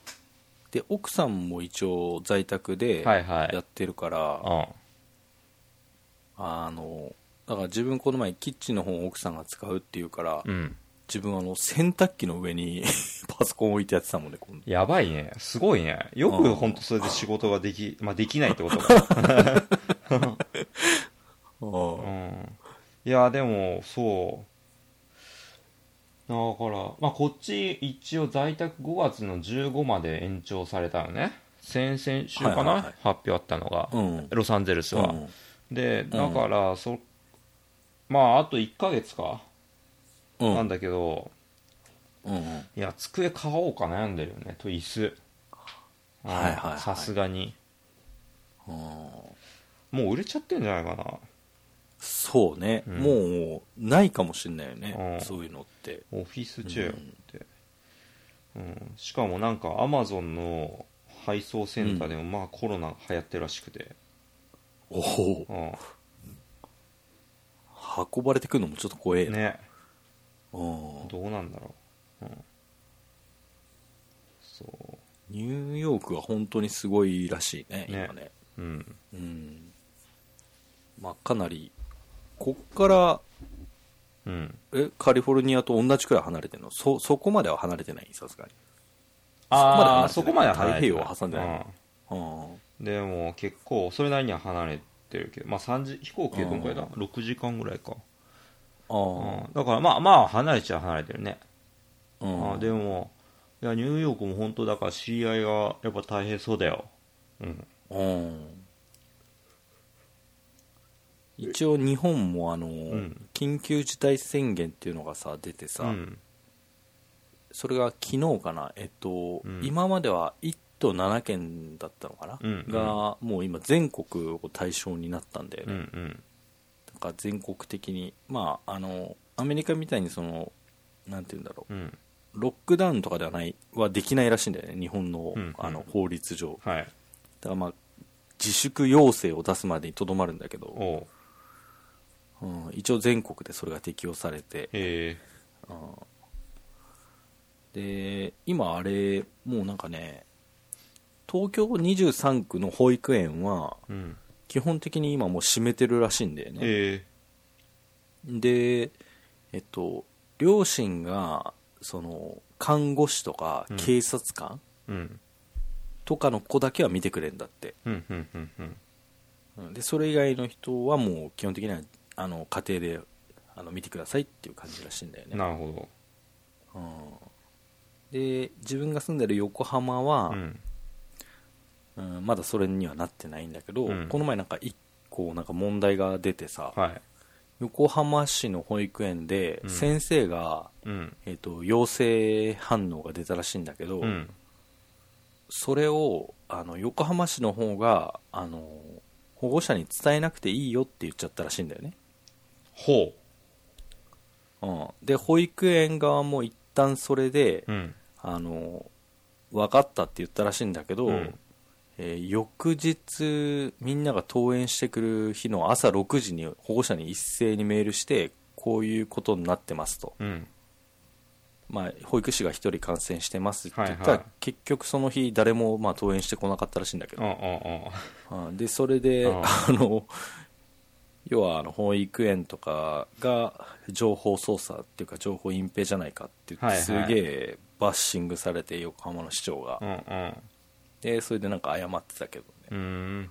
Speaker 1: で奥さんも一応在宅で
Speaker 2: は
Speaker 1: や
Speaker 2: いはい。
Speaker 1: ってるから、
Speaker 2: う
Speaker 1: あのだから自分この前キッチンの方を奥さんが使うっていうから、
Speaker 2: ん。うん。
Speaker 1: 自分あの洗濯機の上に [LAUGHS] パソコン置いてやってたもんね今度
Speaker 2: やばいね。すごいね。よ
Speaker 1: う
Speaker 2: く
Speaker 1: ん
Speaker 2: 本当それで仕事ができ、まあできないってことか。
Speaker 1: あ
Speaker 2: うん。いや、でも、そう。だから、まあ、こっち一応在宅5月の15まで延長されたのね先々週
Speaker 1: は
Speaker 2: かな、
Speaker 1: いはいはい
Speaker 2: 発表あったのが、
Speaker 1: うん
Speaker 2: ロサンゼルスは、
Speaker 1: うん
Speaker 2: でだからそ、まああと1ヶ月か、
Speaker 1: うん
Speaker 2: なんだけど
Speaker 1: うんうん
Speaker 2: いや机買おうか悩んでるよねと椅子うん
Speaker 1: はいはいはい
Speaker 2: さすがに
Speaker 1: うん
Speaker 2: もう売れちゃってんじゃないか
Speaker 1: そうね、
Speaker 2: うん
Speaker 1: もうないかもしれないよね、
Speaker 2: うん
Speaker 1: そういうのって
Speaker 2: なオフィスチェアって、うんしかもなんかアマゾンの配送センターでもまあコロナ流行ってるらしくて、
Speaker 1: おお
Speaker 2: うん、
Speaker 1: 運ばれてくるのもちょっと怖えな、
Speaker 2: ね
Speaker 1: うん
Speaker 2: どうなんだろう、うん、そ
Speaker 1: ニューヨークは本当にすごいらしいね
Speaker 2: ね
Speaker 1: 今ね
Speaker 2: ううん
Speaker 1: うんまあかなりこっから
Speaker 2: うん
Speaker 1: えカリフォルニアと同じくらい離れてるのそそこまでは離れてないさすがに
Speaker 2: ああ
Speaker 1: そ
Speaker 2: そ
Speaker 1: こ
Speaker 2: こ
Speaker 1: までは
Speaker 2: までは
Speaker 1: 離れ
Speaker 2: 離
Speaker 1: て
Speaker 2: れ
Speaker 1: る
Speaker 2: て
Speaker 1: 太平洋は挟んでない
Speaker 2: うん
Speaker 1: うん
Speaker 2: でも結構それなりには離れてるけど、まあ、3時飛行機でどんくらいだ6時間ぐらいか、
Speaker 1: あ
Speaker 2: う
Speaker 1: ー
Speaker 2: ん、だからまあまあ離れちゃ離れてるね、
Speaker 1: う
Speaker 2: あ
Speaker 1: ん
Speaker 2: ーでもいやニューヨークも本当だから知り合いがやっぱ大変そうだようん
Speaker 1: うん一応日本もあの、
Speaker 2: ん
Speaker 1: 緊急事態宣言っていうのがさ出てさ、
Speaker 2: うん
Speaker 1: それが昨日かなえっと、
Speaker 2: うん
Speaker 1: 今までは1都7県だったのかな、
Speaker 2: うんうん
Speaker 1: がもう今全国を対象になったんだよ
Speaker 2: う
Speaker 1: ね、
Speaker 2: ん
Speaker 1: だから全国的にまああのアメリカみたいにそのなんて言うんだろ
Speaker 2: うんうん
Speaker 1: うロックダウンとかではないはできないらしいんだよね日本の,、
Speaker 2: うんうん
Speaker 1: あの法律上
Speaker 2: はい
Speaker 1: だからまあ自粛要請を出すまでにとどまるんだけど、
Speaker 2: おう
Speaker 1: うん、一応全国でそれが適用されて
Speaker 2: へえ
Speaker 1: で今あれもうなんかね東京23区の保育園は
Speaker 2: うん
Speaker 1: 基本的に今もう閉めてるらしいんだよね
Speaker 2: へえ
Speaker 1: でえっと両親がその看護師とか
Speaker 2: うん
Speaker 1: 警察官
Speaker 2: うん
Speaker 1: とかの子だけは見てくれんだって、
Speaker 2: うんうんうんうん
Speaker 1: うんでそれ以外の人はもう基本的にはあの家庭であの見てくださいっていう感じらしいんだよね
Speaker 2: なるほ
Speaker 1: うんで自分が住んでる横浜は、
Speaker 2: どうん
Speaker 1: うんまだそれにはなってないんだけど、
Speaker 2: うん
Speaker 1: この前なんか一個なんか問題が出てさ、
Speaker 2: はい
Speaker 1: 横浜市の保育園で
Speaker 2: うん
Speaker 1: 先生が、
Speaker 2: うん
Speaker 1: えっと陽性反応が出たらしいんだけど、
Speaker 2: うん
Speaker 1: それをあの横浜市の方があの保護者に伝えなくていいよって言っちゃったらしいんだよね、
Speaker 2: ほ
Speaker 1: うん、で保育園側も一旦それで、
Speaker 2: ううん
Speaker 1: あの分かったって言ったらしいんだけど、
Speaker 2: うん
Speaker 1: えー翌日みんなが登園してくる日の朝6時に保護者に一斉にメールしてこういうことになってますと、
Speaker 2: うん
Speaker 1: まあ、保育士が1人感染してますって言ったら、
Speaker 2: はいはい
Speaker 1: 結局その日誰もまあ登園してこなかったらしいんだけ
Speaker 2: うん
Speaker 1: ど、
Speaker 2: うんうん
Speaker 1: うんでそれで、
Speaker 2: うん
Speaker 1: あの要はあの保育園とかが情報操作っていうか情報隠蔽じゃないかって言って、
Speaker 2: はいはい
Speaker 1: すげえバッシングされて横浜の市長が、
Speaker 2: うんうん
Speaker 1: でそれでなんか謝ってたけどね
Speaker 2: うーん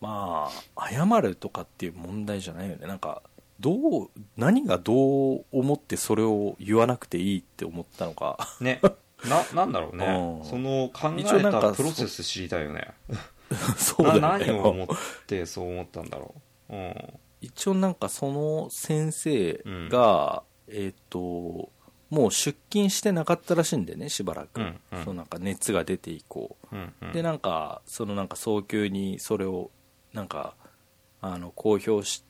Speaker 1: まあ謝るとかっていう問題じゃないよねなんかどう何がどう思ってそれを言わなくていいって思ったのか
Speaker 2: [LAUGHS] ねななんだろうね
Speaker 1: うん
Speaker 2: その考え
Speaker 1: 一応なんか
Speaker 2: たプロセス知りたいよね
Speaker 1: そうだよね
Speaker 2: な何を思ってそう思ったんだろううん
Speaker 1: 一応なんかその先生が、えっ、ともう出勤してなかったらしいんでねしばらく、
Speaker 2: うんうん
Speaker 1: そうなんか熱が出て以降、
Speaker 2: うんうん
Speaker 1: でなんかそのなんか早急にそれをなんかあの公表し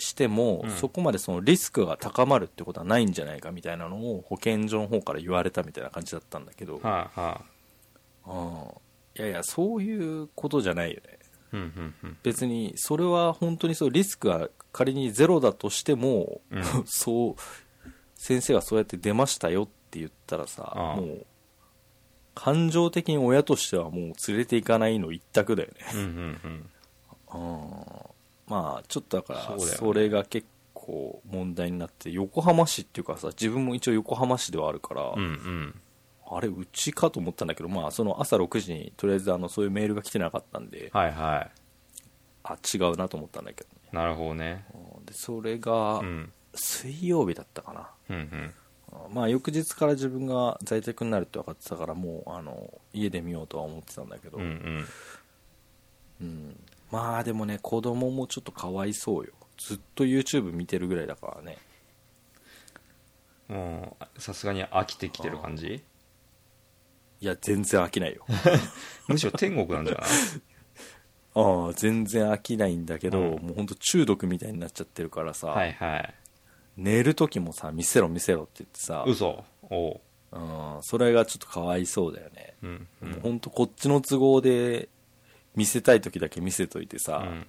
Speaker 1: しても、
Speaker 2: うん
Speaker 1: そこまでそのリスクが高まるってことはないんじゃないかみたいなのを保健所の方から言われたみたいな感じだったんだけど、
Speaker 2: はいは
Speaker 1: うん、いやいやそういうことじゃないよね
Speaker 2: いうんうんうん
Speaker 1: 別にそれは本当にそうリスクが仮にゼロだとしても、
Speaker 2: うん
Speaker 1: [LAUGHS] そう先生がそうやって出ましたよって言ったらさ
Speaker 2: ああ
Speaker 1: もう感情的に親としてはもう連れていかないの一択だよね
Speaker 2: うんうんうん
Speaker 1: うんまあちょっとだ
Speaker 2: そ
Speaker 1: から
Speaker 2: うだよね
Speaker 1: それが結構問題になって横浜市っていうかさ自分も一応横浜市ではあるから、
Speaker 2: うんうん
Speaker 1: あれうちかと思ったんだけどまあその朝6時にとりあえずあのそういうメールが来てなかったんで
Speaker 2: はいは
Speaker 1: あ違うなと思ったんだけどね
Speaker 2: いなるほどね
Speaker 1: うんでそれが
Speaker 2: うん
Speaker 1: 水曜日だったかな、
Speaker 2: うんうん
Speaker 1: まあ翌日から自分が在宅になるって分かってたからもうあの家で見ようとは思ってたんだけど、
Speaker 2: うんうん
Speaker 1: うんまあでもね子供もちょっとかわいそうよずっと YouTube 見てるぐらいだからね
Speaker 2: もうさすがに飽きてきてる感じ
Speaker 1: いや全然飽きないよ
Speaker 2: むしろ天国なんじゃない
Speaker 1: ああ全然飽きないんだけど、
Speaker 2: うん
Speaker 1: もうほんと中毒みたいになっちゃってるからさ、
Speaker 2: はいはい
Speaker 1: 寝る時もさ見せろ見せろって言ってさ、
Speaker 2: 嘘おう
Speaker 1: うん、それがちょっとかわいそうだよね、
Speaker 2: うんう
Speaker 1: もうんほんとこっちの都合で見せたい時だけ見せといて
Speaker 2: う
Speaker 1: さ、
Speaker 2: ん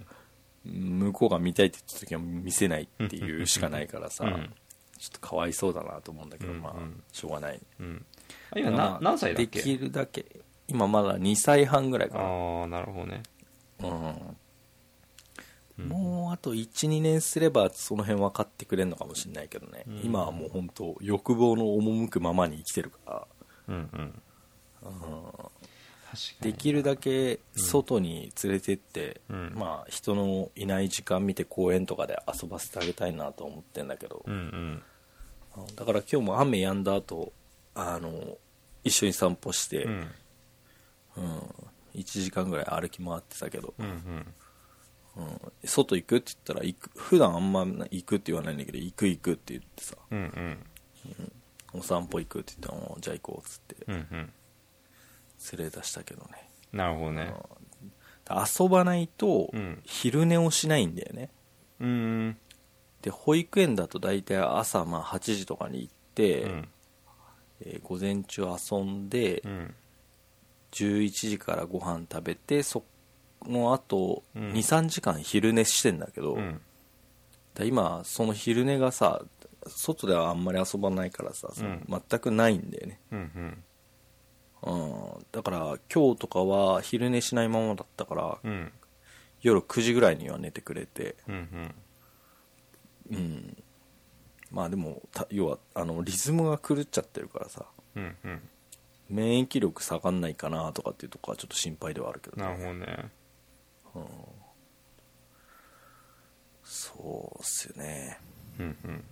Speaker 1: 向こうが見たいって言った時は見せないっていうしかないからさ、
Speaker 2: うん
Speaker 1: ちょっとかわいそうだなと思うんだけど、まあ
Speaker 2: うんうん
Speaker 1: しょうがない
Speaker 2: うんあ今
Speaker 1: ま
Speaker 2: な
Speaker 1: あ
Speaker 2: 何歳だっけ
Speaker 1: できるだけ今まだ2歳半ぐらいか
Speaker 2: ああなるほどね
Speaker 1: な、
Speaker 2: う
Speaker 1: うんん、もうあと12年すればその辺分かってくれるのかもしれないけどね、
Speaker 2: うん
Speaker 1: 今はもう本当欲望の赴くままに生きてるから、
Speaker 2: うんうん
Speaker 1: うん
Speaker 2: 確かに
Speaker 1: できるだけ外に連れてって、
Speaker 2: うん
Speaker 1: まあ人のいない時間見て公園とかで遊ばせてあげたいなと思ってんだけど、
Speaker 2: うんうん
Speaker 1: あのだから今日も雨止んだ後あの一緒に散歩して、
Speaker 2: う
Speaker 1: うん
Speaker 2: ん
Speaker 1: 1時間ぐらい歩き回ってたけど、
Speaker 2: うんうん
Speaker 1: うん外行くって言ったら行く普段あんま行くって言わないんだけど行く行くって言ってさ
Speaker 2: うんうん
Speaker 1: お散歩行くって言ったらおじゃあ行こうっつって
Speaker 2: うんうん
Speaker 1: 連れ出したけどね
Speaker 2: なるほどね
Speaker 1: だ遊ばないと
Speaker 2: うん
Speaker 1: 昼寝をしないんだよね
Speaker 2: うん
Speaker 1: で保育園だと大体朝まあ8時とかに行って、
Speaker 2: うん
Speaker 1: えー午前中遊んで、
Speaker 2: うん
Speaker 1: 11時からご飯食べてその後、
Speaker 2: うん
Speaker 1: 23時間昼寝してんだけど、
Speaker 2: うん
Speaker 1: だ今その昼寝がさ外ではあんまり遊ばないからさ、その
Speaker 2: うん
Speaker 1: 全くないんだよね、
Speaker 2: うんうん
Speaker 1: うん、だから今日とかは昼寝しないままだったから、
Speaker 2: うん
Speaker 1: 夜9時ぐらいには寝てくれて
Speaker 2: うんうん
Speaker 1: うんまあでもた要はあのリズムが狂っちゃってるからさ
Speaker 2: うんうん
Speaker 1: 免疫力下がんないかなとかっていうとこはちょっと心配ではあるけどね
Speaker 2: なるほどね
Speaker 1: そうっすよね
Speaker 2: うんうん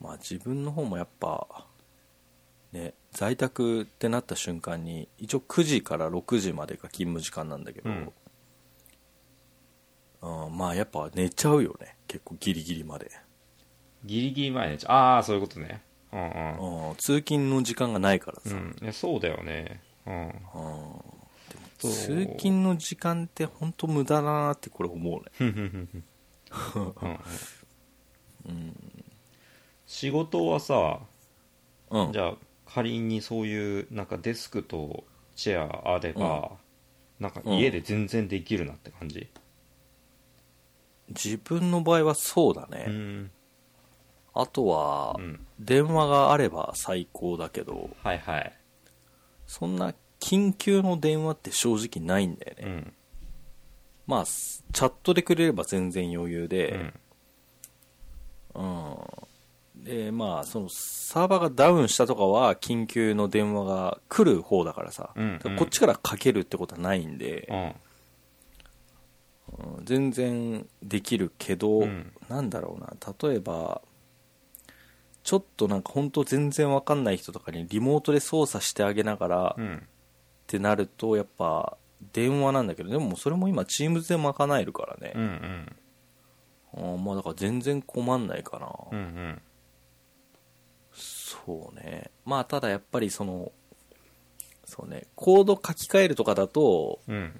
Speaker 1: まあ自分の方もやっぱね在宅ってなった瞬間に一応9時から6時までが勤務時間なんだけど、
Speaker 2: うん
Speaker 1: うんまあやっぱ寝ちゃうよね結構ギリギリまで、
Speaker 2: ギリギリ前ねああそういうことねうんうん
Speaker 1: うん、通勤の時間がないから
Speaker 2: う
Speaker 1: さ、うん
Speaker 2: ん、いやそうだよね、うん、そ
Speaker 1: 通
Speaker 2: う
Speaker 1: 勤の時間って本当無駄だなってこれ思うね
Speaker 2: ふんふんふんふんうん仕事はさ
Speaker 1: うん
Speaker 2: じゃあ仮にそういうなんかデスクとチェアあれば、なんか家で全然できるなって感じ
Speaker 1: 自分の場合はそうだね、
Speaker 2: うん、
Speaker 1: あとは
Speaker 2: うん
Speaker 1: 電話があれば最高だけど
Speaker 2: はいはい、
Speaker 1: そんな緊急の電話って正直ないんだよね、
Speaker 2: うん
Speaker 1: まあすチャットでくれれば全然余裕で、うんでまあそのサーバーがダウンしたとかは緊急の電話が来る方だからさ、
Speaker 2: うんう
Speaker 1: だ
Speaker 2: ん
Speaker 1: からこっちからかけるってことはないんで
Speaker 2: う、ん
Speaker 1: うん全然できるけど、
Speaker 2: うん
Speaker 1: なんだろうな例えばちょっとなんか本当全然わかんない人とかにリモートで操作してあげながら、
Speaker 2: う
Speaker 1: っ
Speaker 2: ん
Speaker 1: てなるとやっぱ電話なんだけどでもそれも今チームズで賄えるからね、
Speaker 2: うんうん
Speaker 1: あーまあだから全然困んないかな、
Speaker 2: うんうん
Speaker 1: そうねまあただやっぱりそのそうねコード書き換えるとかだと
Speaker 2: うん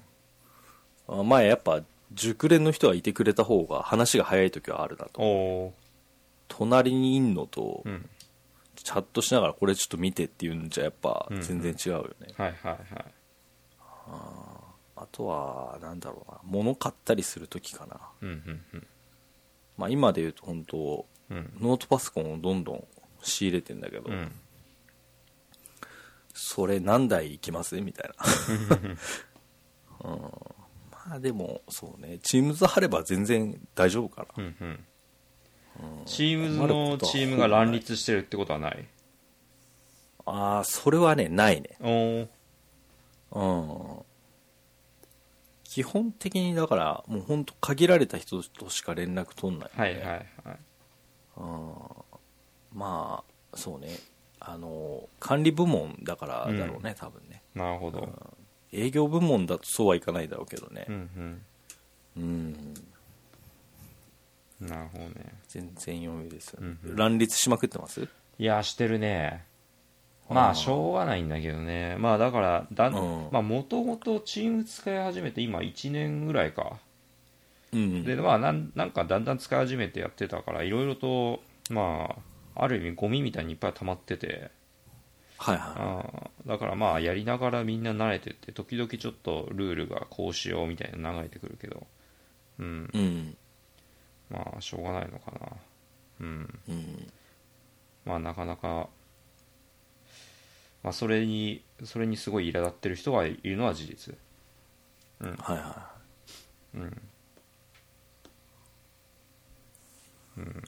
Speaker 1: あ前やっぱ熟練の人がいてくれた方が話が早い時はあるなと
Speaker 2: おお
Speaker 1: 隣にいんのと
Speaker 2: ーうん
Speaker 1: チャットしながらこれちょっと見てっていうんじゃやっぱ
Speaker 2: うんうん
Speaker 1: 全然違うよね、
Speaker 2: はいはいはい
Speaker 1: あとはなんだろうな物買ったりする時かな
Speaker 2: うんうんうん
Speaker 1: まあ今で言うと本当
Speaker 2: うん
Speaker 1: ノートパソコンをどんどん仕入れてんだけど、
Speaker 2: うん
Speaker 1: それ何台いきますみたい
Speaker 2: [LAUGHS]
Speaker 1: な、うん、まあでもそうねチームズあれば全然大丈夫か
Speaker 2: うんうんチームズ
Speaker 1: 困る
Speaker 2: の
Speaker 1: ことは
Speaker 2: チームが乱立してるってことはない
Speaker 1: なああそれはねないね
Speaker 2: おー
Speaker 1: うん基本的にだからもうほんと限られた人としか連絡取んない、
Speaker 2: はいはいはい
Speaker 1: うん、まあそうねあの管理部門だからだろうね、多分ね
Speaker 2: なるほど。
Speaker 1: 営業部門だとそうはいかないだろうけどね
Speaker 2: うん
Speaker 1: うん、
Speaker 2: うん。なるほどね。
Speaker 1: 全然読みです、
Speaker 2: んうん
Speaker 1: 乱立しまくってます
Speaker 2: いや、してるね。ま
Speaker 1: あー
Speaker 2: あ、しょうがないんだけどね。まあ、だから、だ、
Speaker 1: うん
Speaker 2: まあ、もともとチーム使い始めて、今1年ぐらいか。
Speaker 1: うん
Speaker 2: で、まあ、なんなんかだんだん使い始めてやってたから、いろいろと、まあ、ある意味ゴミみたいにいっぱい溜まってて、
Speaker 1: はいは
Speaker 2: あーだからまあ、やりながらみんな慣れてって、時々ちょっとルールがこうしようみたいなの流れてくるけど、うん、
Speaker 1: いうん
Speaker 2: まあ、しょうがないのかな。うん。
Speaker 1: うん
Speaker 2: まあなかなか、まあそれに、それにすごい苛立ってる人がいるのは事実。
Speaker 1: はいは
Speaker 2: うん。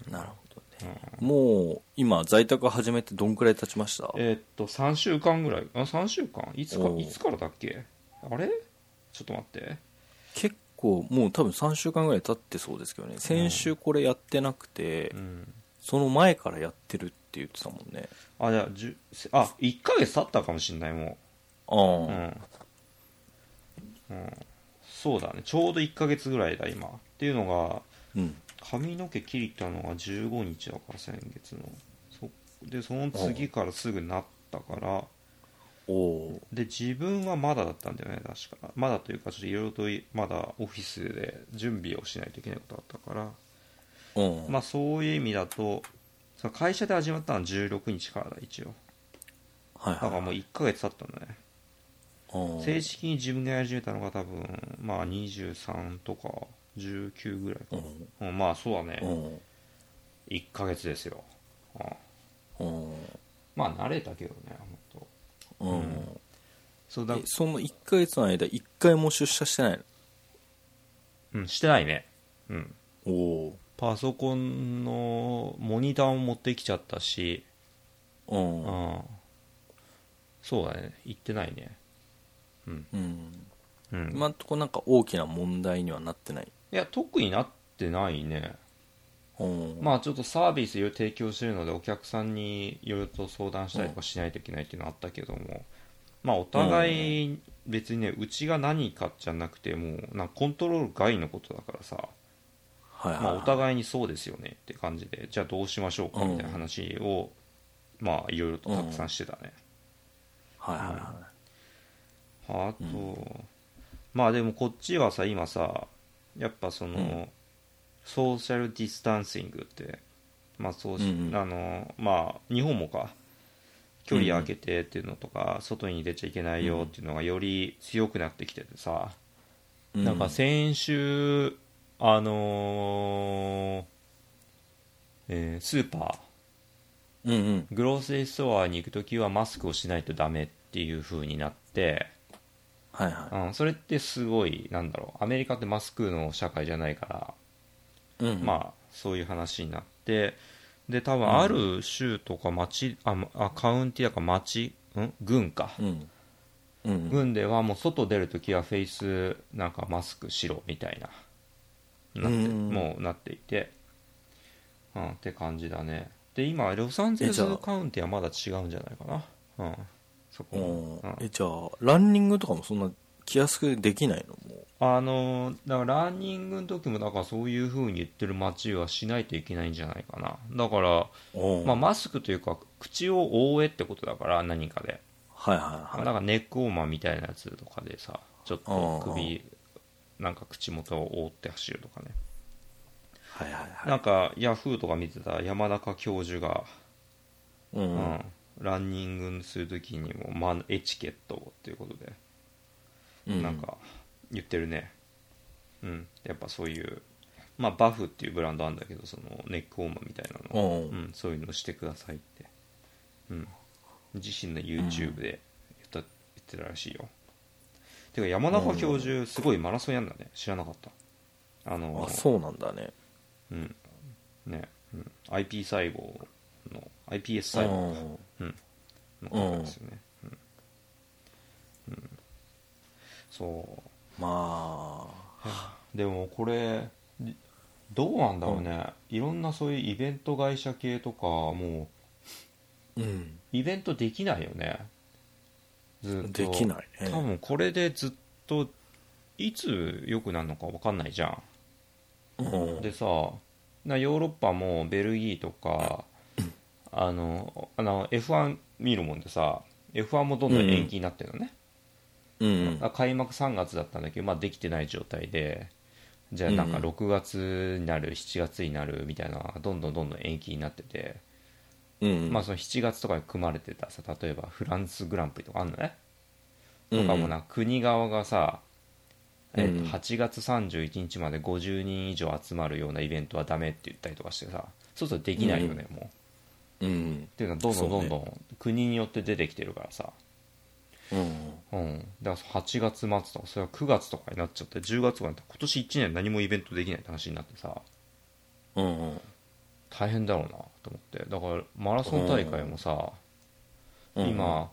Speaker 1: いなるほどね、もう今在宅始めてどんくらい経ちました
Speaker 2: えーっと、3週間ぐらい、あ、3週間いつか
Speaker 1: お、う
Speaker 2: いつからだっけあれちょっと待って。
Speaker 1: 結構もう多分3週間ぐらい経ってそうですけどね先週これやってなくて、
Speaker 2: うん。
Speaker 1: その前からやってるって言ってたもんね
Speaker 2: あ、じゃあ、じゅあ、1ヶ月経ったかもしんない、も
Speaker 1: あ
Speaker 2: う。うん。
Speaker 1: あ、
Speaker 2: うん。そうだね。ちょうど1ヶ月ぐらいだ、今。っていうのが、
Speaker 1: うん、
Speaker 2: 髪の毛切りたのが15日だから先月のそでその次からすぐなったから
Speaker 1: おお
Speaker 2: で自分はまだだったんだよね確かまだというかちょっといろいろといまだオフィスで準備をしないといけないことだったから、
Speaker 1: うん、
Speaker 2: まあそういう意味だとその会社で始まったのは16日からだ一応
Speaker 1: はい
Speaker 2: だか
Speaker 1: は
Speaker 2: ら
Speaker 1: い
Speaker 2: もう1ヶ月経ったんだね
Speaker 1: うん
Speaker 2: 正式に自分がやり始めたのが多分まあ23とか19ぐらいかな、うん、まあそうだ
Speaker 1: う
Speaker 2: ね
Speaker 1: ん
Speaker 2: 1ヶ月ですよ、うん
Speaker 1: うん
Speaker 2: まあ慣れたけどね本当。
Speaker 1: うん
Speaker 2: そうだ
Speaker 1: えその1ヶ月の間1回も出社してない
Speaker 2: うんしてないねうん
Speaker 1: のお
Speaker 2: パソコンのモニターも持ってきちゃったし
Speaker 1: お
Speaker 2: う
Speaker 1: うん
Speaker 2: んそうだね行ってないね
Speaker 1: うん
Speaker 2: うん、
Speaker 1: 今んとこなんか大きな問題にはなってない
Speaker 2: いや特になってないね
Speaker 1: うん
Speaker 2: まあちょっとサービスいろいろ提供してるのでお客さんにいろいろと相談したりとかしないといけないっていうのはあったけどもまあお互い別にねうちが何かじゃなくてもうなんかコントロール外のことだからさ、
Speaker 1: はいはい
Speaker 2: まあ、お互いにそうですよねって感じでじゃあどうしましょうかみたいな話を、まあいろいろとたくさんしてたね、
Speaker 1: はいはいは
Speaker 2: あと、まあでもこっちはさ今さやっぱその、
Speaker 1: うん
Speaker 2: ソーシャルディスタンシングってまあそうし
Speaker 1: うんうん
Speaker 2: あのまあ日本もか距離空けてっていうのとか、外に出ちゃいけないよっていうのがより強くなってきててさ、
Speaker 1: い
Speaker 2: なんか先週、あのーえースーパ
Speaker 1: うんうん
Speaker 2: ー、グローセリーストアに行くときはマスクをしないとダメっていう風になって、
Speaker 1: はいは
Speaker 2: うん、それってすごい、なんだろう、アメリカってマスクの社会じゃないから、
Speaker 1: いうん
Speaker 2: まあ、そういう話になって、で、多分ある州とか町、あまあ、カウンティだか町、ん郡か。
Speaker 1: うんうん
Speaker 2: 郡ではもう外出るときはフェイス、なんかマスクしろみたいな。なって、
Speaker 1: うん
Speaker 2: もうなっていて、うん、って感じだねで今ロサンゼル
Speaker 1: えじゃあ
Speaker 2: スカウンティはまだ違うんじゃないかなうんそこ
Speaker 1: う
Speaker 2: も、
Speaker 1: ん
Speaker 2: うん
Speaker 1: えじゃあランニングとかもそんな気安くできないのもう
Speaker 2: あのーだからランニングの時もだからそういう風に言ってる街はしないといけないんじゃないかなだから、
Speaker 1: お
Speaker 2: まあ、マスクというか口を覆えってことだから何かで、
Speaker 1: はいはいはい
Speaker 2: なんかネックウォーマーみたいなやつとかでさちょっと首なんか口元を覆って走るとかね
Speaker 1: はいはいはい
Speaker 2: なんかヤフーとか見てたら山中教授が
Speaker 1: う
Speaker 2: うんん、ランニングするときにも、まあ、エチケットをっていうことで、
Speaker 1: うん
Speaker 2: なんか言ってるねうんやっぱそういうまあバフっていうブランドあるんだけどそのネックウォーマーみたいなの、
Speaker 1: う
Speaker 2: うんん、そういうのしてくださいって、うん、自身の YouTube で言った、言ってたらしいよてか山中教授すごいマラソンやんだね知らなかったあの
Speaker 1: あそうなんだね
Speaker 2: うんね、うん、IP 細胞の iPS
Speaker 1: う
Speaker 2: 細胞か
Speaker 1: ん
Speaker 2: うん。のですよね。うん。うんそ
Speaker 1: ま
Speaker 2: う。でもこれ、りどうなんだろうね。いろんなそういうイベント会社系とか、もう、
Speaker 1: うん
Speaker 2: イベントできないよねずっと
Speaker 1: できないね
Speaker 2: 多分これでずっといつ良くなるのか分かんないじゃん
Speaker 1: うん
Speaker 2: でさなヨーロッパもベルギーとかあのあの F1 見るもんでさ F1 もどんどん延期になってるのね、
Speaker 1: うん
Speaker 2: あ開幕3月だったんだけど、まあ、できてない状態でじゃあなんか
Speaker 1: うん
Speaker 2: 6月になる7月になるみたいなどんどんどんどん延期になってて、
Speaker 1: うん
Speaker 2: まあその7月とかに組まれてたさ例えばフランスグランプリとかあんのね
Speaker 1: う
Speaker 2: と
Speaker 1: ん
Speaker 2: かもな国側がさ、えー
Speaker 1: うん
Speaker 2: と8月31日まで50人以上集まるようなイベントはダメって言ったりとかしてさそうするとできないよね、もうっ
Speaker 1: うん
Speaker 2: ていうのはどんどんどんどん、国によって出てきてるからさ
Speaker 1: うん
Speaker 2: うんだから8月末とかそれは9月とかになっちゃって10月とかになって今年1年何もイベントできないって話になってさ
Speaker 1: うん
Speaker 2: 大変だろうなと思ってだからマラソン大会もさ、
Speaker 1: うん
Speaker 2: 今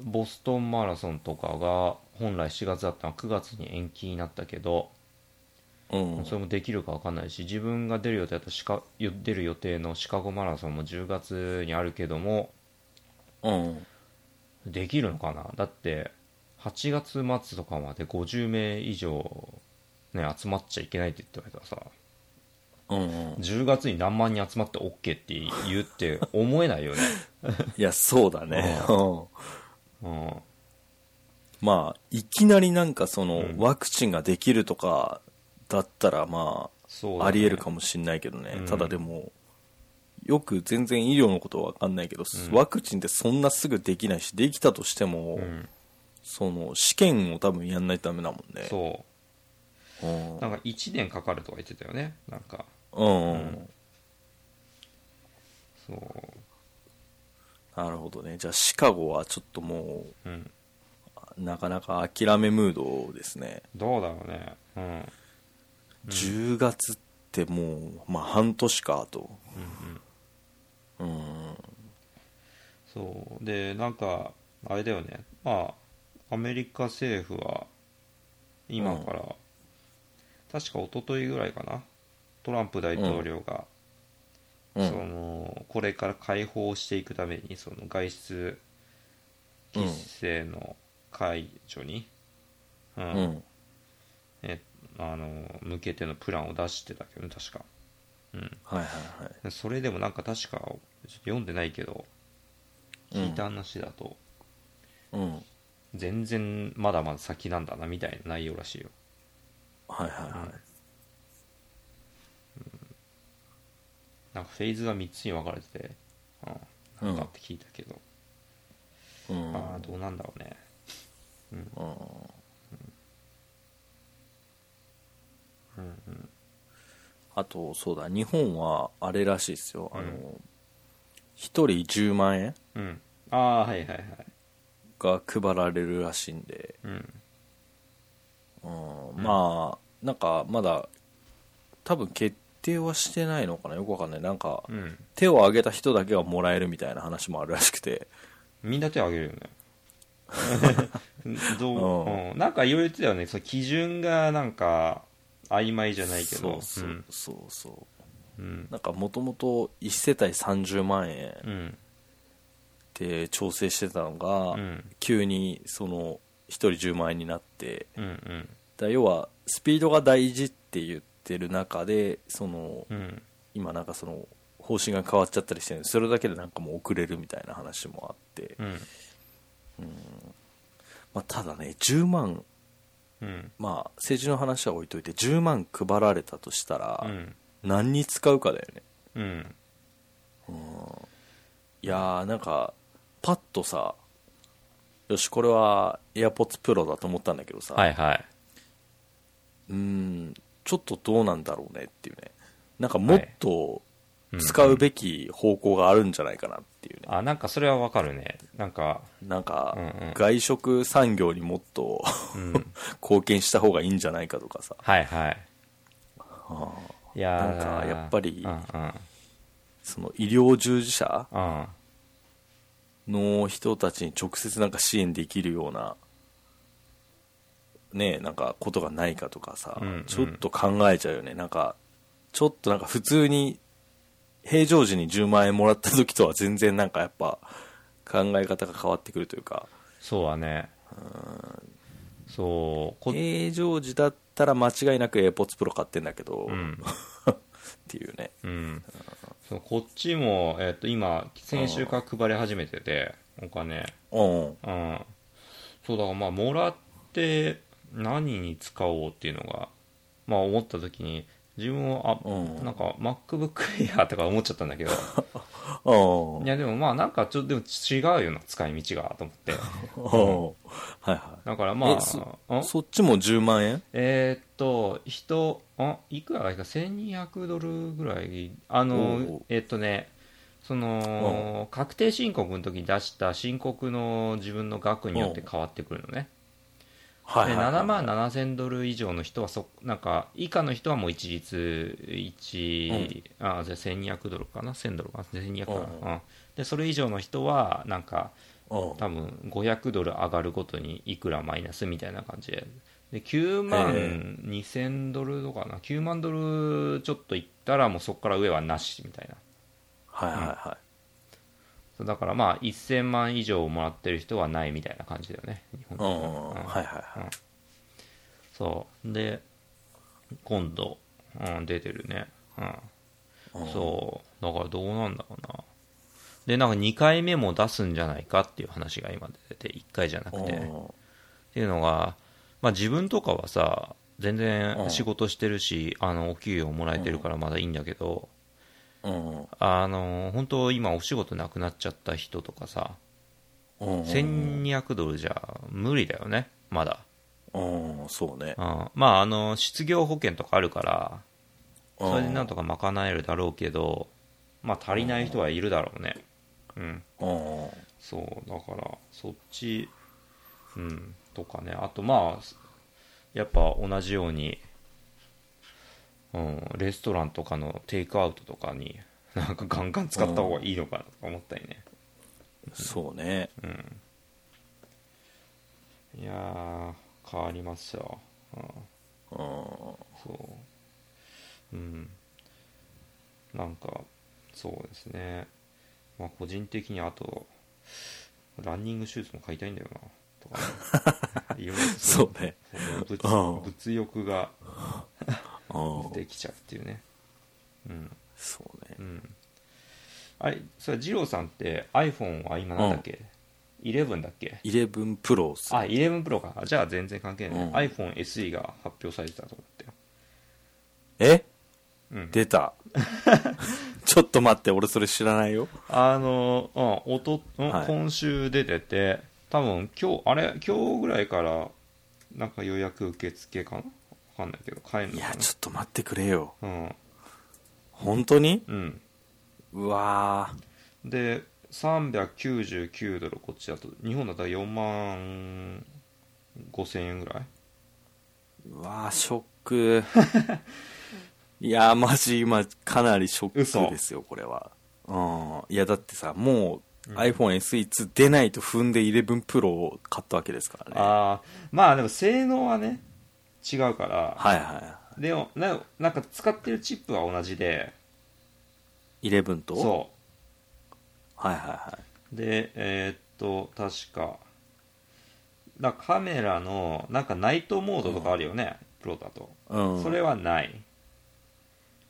Speaker 2: ボストンマラソンとかが本来4月だったのが9月に延期になったけど
Speaker 1: うん
Speaker 2: それもできるか分かんないし自分が出る予定だとシカよ出る予定のシカゴマラソンも10月にあるけども
Speaker 1: うん
Speaker 2: できるのかなだって8月末とかまで50名以上、ね、集まっちゃいけないって言ってたからさ
Speaker 1: うん
Speaker 2: 10月に何万人集まって OK って言うって思えない
Speaker 1: [LAUGHS]
Speaker 2: よね、
Speaker 1: いやそうだねうん
Speaker 2: うん、
Speaker 1: まあいきなりなんかその
Speaker 2: うん
Speaker 1: ワクチンができるとかだったらま
Speaker 2: そう
Speaker 1: あ
Speaker 2: だね
Speaker 1: ありえるかもしれないけどね
Speaker 2: うん
Speaker 1: ただでもよく全然医療のことは分かんないけど
Speaker 2: うん
Speaker 1: ワクチンってそんなすぐできないしできたとしても
Speaker 2: うん
Speaker 1: その試験を多分やんないとダメだもんね
Speaker 2: そう
Speaker 1: うん
Speaker 2: なんか1年かかるとか言ってたよねなんか
Speaker 1: うんうん
Speaker 2: うんそう
Speaker 1: なるほどねじゃあシカゴはちょっともう
Speaker 2: うん
Speaker 1: なかなか諦めムードですね、
Speaker 2: どうだろうねうん、うん
Speaker 1: 10月ってもう、まあ、半年かと
Speaker 2: うん、
Speaker 1: うん
Speaker 2: そうでなんかあれだよねまあアメリカ政府は今から、確か一昨日ぐらいかなトランプ大統領が、
Speaker 1: う
Speaker 2: そ
Speaker 1: ん
Speaker 2: のこれから解放していくためにその外出規制の解除に、うん
Speaker 1: うん
Speaker 2: えあの向けてのプランを出してたけどね確か
Speaker 1: はいはいはい
Speaker 2: それでもなんか確かちょっと読んでないけど
Speaker 1: うん
Speaker 2: 聞いた話だと、
Speaker 1: うん
Speaker 2: 全然まだまだ先なんだなみたいな内容らしいよ
Speaker 1: はいはいはい、
Speaker 2: なんかフェーズが3つに分かれてて、うん、なんかって聞いたけど、
Speaker 1: うん
Speaker 2: ああどうなんだろうね
Speaker 1: あとそうだ日本はあれらしいですよ、
Speaker 2: うん
Speaker 1: あの1人10万円
Speaker 2: うんああはいはいはい
Speaker 1: が配られるらしいんで、
Speaker 2: うん
Speaker 1: うんまあなんかまだ多分決定はしてないのかなよくわかんないなんか、
Speaker 2: うん
Speaker 1: 手を挙げた人だけがもらえるみたいな話もあるらしくて
Speaker 2: みんな手を挙げるよね [LAUGHS] どう、
Speaker 1: う
Speaker 2: うん、なんかいろいろ言ってたよねその基準がなんか曖昧じゃないけ
Speaker 1: そう
Speaker 2: ど
Speaker 1: そううんそうそう
Speaker 2: うん
Speaker 1: なんかもともと1世帯30万円っ
Speaker 2: うん
Speaker 1: て調整してたのが、
Speaker 2: うん
Speaker 1: 急にその1人10万円になって
Speaker 2: うんうん
Speaker 1: だ要はスピードが大事って言ってる中でその
Speaker 2: うん
Speaker 1: 今なんかその方針が変わっちゃったりしてるそれだけでなんかもう遅れるみたいな話もあって、
Speaker 2: うん
Speaker 1: まあ、ただね10万
Speaker 2: うん
Speaker 1: まあ政治の話は置いといて10万配られたとしたら、
Speaker 2: うん
Speaker 1: 何に使うかだよね
Speaker 2: うん
Speaker 1: いやーなんかパッとさよしこれは AirPods Pro だと思ったんだけどさ、
Speaker 2: はいは
Speaker 1: うーんちょっとどうなんだろうねっていうねなんかもっと使うべき方向があるんじゃないかなっていうね、
Speaker 2: あなんかそれはわかるねなんか
Speaker 1: なんか
Speaker 2: うんうん
Speaker 1: 外食産業にもっと [LAUGHS]
Speaker 2: うん
Speaker 1: 貢献した方がいいんじゃないかとかさ
Speaker 2: はいはい
Speaker 1: あ
Speaker 2: いや
Speaker 1: な
Speaker 2: ー
Speaker 1: んかやっぱり
Speaker 2: うんうん
Speaker 1: その医療従事者
Speaker 2: うん
Speaker 1: の人たちに直接なんか支援できるようなねえなんかことがないかとかさ、
Speaker 2: うんうん
Speaker 1: ちょっと考えちゃうよねなんかちょっとなんか普通に平常時に10万円もらった時とは全然なんかやっぱ考え方が変わってくるというか、
Speaker 2: そうはねそうこ
Speaker 1: 平常時だったら間違いなく AirPods Pro 買ってんだけど、
Speaker 2: う
Speaker 1: っ
Speaker 2: ん
Speaker 1: ていうね。
Speaker 2: うんそうこっちも、えっと今先週から配り始めててお金
Speaker 1: うん。
Speaker 2: うんそうだからまあもらって何に使おうっていうのがまあ思った時に自分はあ、
Speaker 1: うん
Speaker 2: なんか MacBook Air とか思っちゃったんだけど
Speaker 1: うん。
Speaker 2: いやでもまあなんかちょっとでも違うよな使い道がと思って
Speaker 1: うんはいは
Speaker 2: だからま
Speaker 1: えそ
Speaker 2: あん
Speaker 1: い。そっちも10万円
Speaker 2: えーっと、人、あいくらがいいか、1200ドルぐらい、あ
Speaker 1: おうお
Speaker 2: の
Speaker 1: う、
Speaker 2: えーっとね、その、確定申告の時に出した申告の自分の額によって変わってくるのね。
Speaker 1: はい
Speaker 2: で
Speaker 1: はいはい。
Speaker 2: 7万7000ドル以上の人はそ、なんか、以下の人はもう一律、一、あ、じゃあ1200ドルかな、1000ドルかな、1200かな、
Speaker 1: うん
Speaker 2: うんで、それ以上の人は、なんか、
Speaker 1: うん。
Speaker 2: 多分500ドル上がるごとにいくらマイナスみたいな感じでで9万2000ドルとかな9万ドルちょっといったらもうそこから上はなしみたいな
Speaker 1: はいはいは
Speaker 2: そうだからまあ1000万以上もらってる人はないみたいな感じだよね日本
Speaker 1: い。うん。
Speaker 2: うん
Speaker 1: はいはいはい。
Speaker 2: そうで今度、うん、出てるね、
Speaker 1: う
Speaker 2: う
Speaker 1: ん
Speaker 2: ん、そうだからどうなんだろうなでなんか2回目も出すんじゃないかっていう話が今出てて1回じゃなくて、
Speaker 1: う
Speaker 2: っていうのが、まあ、自分とかはさ全
Speaker 1: う
Speaker 2: 然
Speaker 1: ん
Speaker 2: 仕事してるし、あのお給料もらえてるからまだいいんだけど、
Speaker 1: ん。うん
Speaker 2: あの本当今お仕事なくなっちゃった人とかさ、
Speaker 1: うん。
Speaker 2: 1200ドルじゃ無理だよねまだ、
Speaker 1: うん、そうね
Speaker 2: う。ん、まああの失業保険とかあるから
Speaker 1: うん
Speaker 2: それでなんとか賄えるだろうけどまあ足りない人はいるだろうねうん
Speaker 1: うん。
Speaker 2: そうだからそっちうんとかねあとまあやっぱ同じように、うん、レストランとかのテイクアウトとかに [LAUGHS] なんかガンガン使った方がいいのかなとか思ったりね、
Speaker 1: そうね。
Speaker 2: いやー変わりますよ、うん、
Speaker 1: うん。
Speaker 2: そううんなんかそうですねまあ個人的にあとランニングシューズも買いたいんだよなとかね、いろいろ
Speaker 1: そうね。
Speaker 2: 物物欲が
Speaker 1: うん。
Speaker 2: できちゃうっていうねうん
Speaker 1: そうね
Speaker 2: う。んあれそれ二郎さんって iPhone は今なんだっけ、11だっけ
Speaker 1: 11 Pro っす
Speaker 2: あ11 Pro かじゃあ全然関係ない、
Speaker 1: うん
Speaker 2: iPhoneSE が発表されてたと思ってよ
Speaker 1: え
Speaker 2: うん
Speaker 1: 出
Speaker 2: [LAUGHS]
Speaker 1: た。ちょっと待って、俺それ知らないよ。
Speaker 2: あのうんおと、うん
Speaker 1: はい
Speaker 2: 今週出てて多分今日あれ今日ぐらいからなんか予約受付かなわかんないけど買える
Speaker 1: い
Speaker 2: のか
Speaker 1: や
Speaker 2: な、
Speaker 1: ちょっと待ってくれよ。
Speaker 2: うん
Speaker 1: 本当に
Speaker 2: うん
Speaker 1: うわー
Speaker 2: で399ドルこっちだと日本だったら4万5000円ぐらいう
Speaker 1: わーショック。 [LAUGHS] いやー、マジ今、かなりショックですよ、これは。うん。いや、だってさ、もう、iPhone SE2 出ないと踏んで11 Pro を買ったわけですからね。は
Speaker 2: ああまあでも性能はね違うから
Speaker 1: いは
Speaker 2: でもななんか使ってるチップは同じで
Speaker 1: い。11と
Speaker 2: そ
Speaker 1: はいはいは
Speaker 2: うでえーっと確かだからカメラのなんかナイトモードとかあるよね、プロだと
Speaker 1: い。うん。
Speaker 2: それはない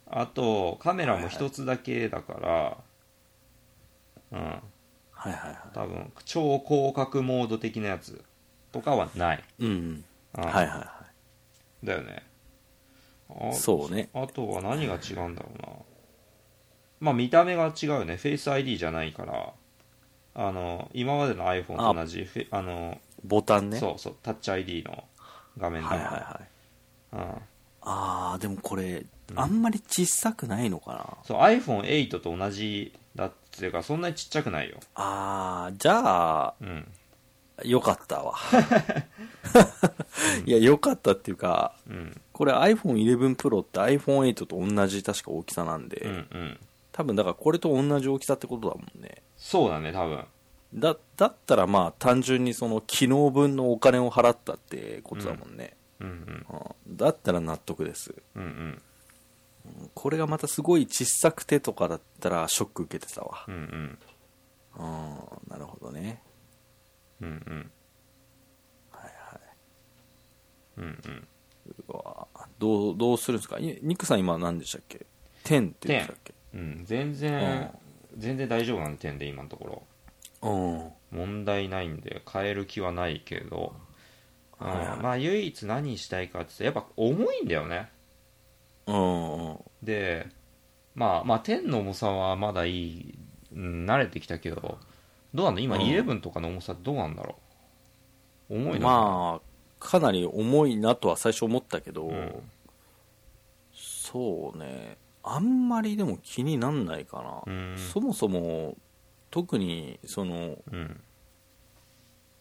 Speaker 2: あとカメラも一つだけだから、うん
Speaker 1: はいはいはい。
Speaker 2: 多分超広角モード的なやつとかはない、
Speaker 1: うん。
Speaker 2: うん
Speaker 1: はいはいは
Speaker 2: だよねあ
Speaker 1: い。そうね。
Speaker 2: あとは何が違うんだろうなまあ見た目が違うよねフェイス ID じゃないからあの今までの iPhone と同じフェあの
Speaker 1: ボタンね。
Speaker 2: そうそうタッチ ID の画面だ、
Speaker 1: はいはいはい。
Speaker 2: うん、
Speaker 1: あー、でもこれ、あんまり小さくないのかな。
Speaker 2: そう iPhone8 と同じだっていうかそんなにちっちゃくないよ
Speaker 1: あー、じゃあ、
Speaker 2: うん
Speaker 1: よかったわ。 [LAUGHS] いや、よかったっていうか、
Speaker 2: うん
Speaker 1: これ iPhone11 Pro って iPhone8 と同じ確か大きさなんで、
Speaker 2: うんうん
Speaker 1: 多分だからこれと同じ大きさってことだもんね。
Speaker 2: そうだね多分
Speaker 1: だ、だったらまあ単純にその機能分のお金を払ったってことだもんね。
Speaker 2: うんうん
Speaker 1: うんだったら納得です。
Speaker 2: うんうん
Speaker 1: これがまたすごい小さくてとかだったらショック受けてたわ
Speaker 2: うんうん
Speaker 1: うんなるほどね
Speaker 2: うんうん
Speaker 1: はいはい
Speaker 2: うんうん
Speaker 1: うわどうどうするんですかいニックさん今何でしたっけ10って言ってたっけ
Speaker 2: うん全然全然大丈夫なんで点で今のところ
Speaker 1: うん
Speaker 2: 問題ないんで変える気はないけど、うん
Speaker 1: はいはい
Speaker 2: まあ唯一何したいかって言ったらやっぱ重いんだよね
Speaker 1: うんうん
Speaker 2: でまあまあ10の重さはまだいい、うん、慣れてきたけどどうなんだ今
Speaker 1: うん
Speaker 2: 11とかの重さどうなんだろう重いの
Speaker 1: まあかなり重いなとは最初思ったけど、
Speaker 2: うん
Speaker 1: そうねあんまりでも気になんないか
Speaker 2: う
Speaker 1: な、
Speaker 2: ん
Speaker 1: そもそも特にその
Speaker 2: うん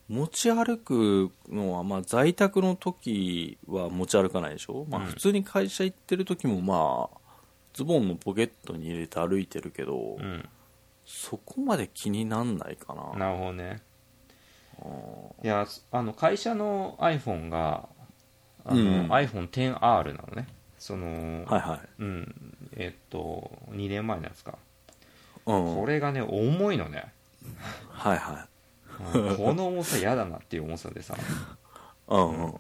Speaker 1: 持ち歩くのは、まあ、在宅の時は持ち歩かないでしょ、まあ、
Speaker 2: うん
Speaker 1: 普通に会社行ってる時もまあズボンのポケットに入れて歩いてるけど、
Speaker 2: うん
Speaker 1: そこまで気になんないかな
Speaker 2: なるほどねいやあの会社の iPhone があの、
Speaker 1: うん
Speaker 2: iPhone10R なのねその、
Speaker 1: はいはい、
Speaker 2: うんえっと2年前のやつか
Speaker 1: うん、
Speaker 2: これがね重い
Speaker 1: [LAUGHS]
Speaker 2: のね
Speaker 1: はいはい
Speaker 2: うんこの重さ嫌だなっていう重さでさ
Speaker 1: うんうん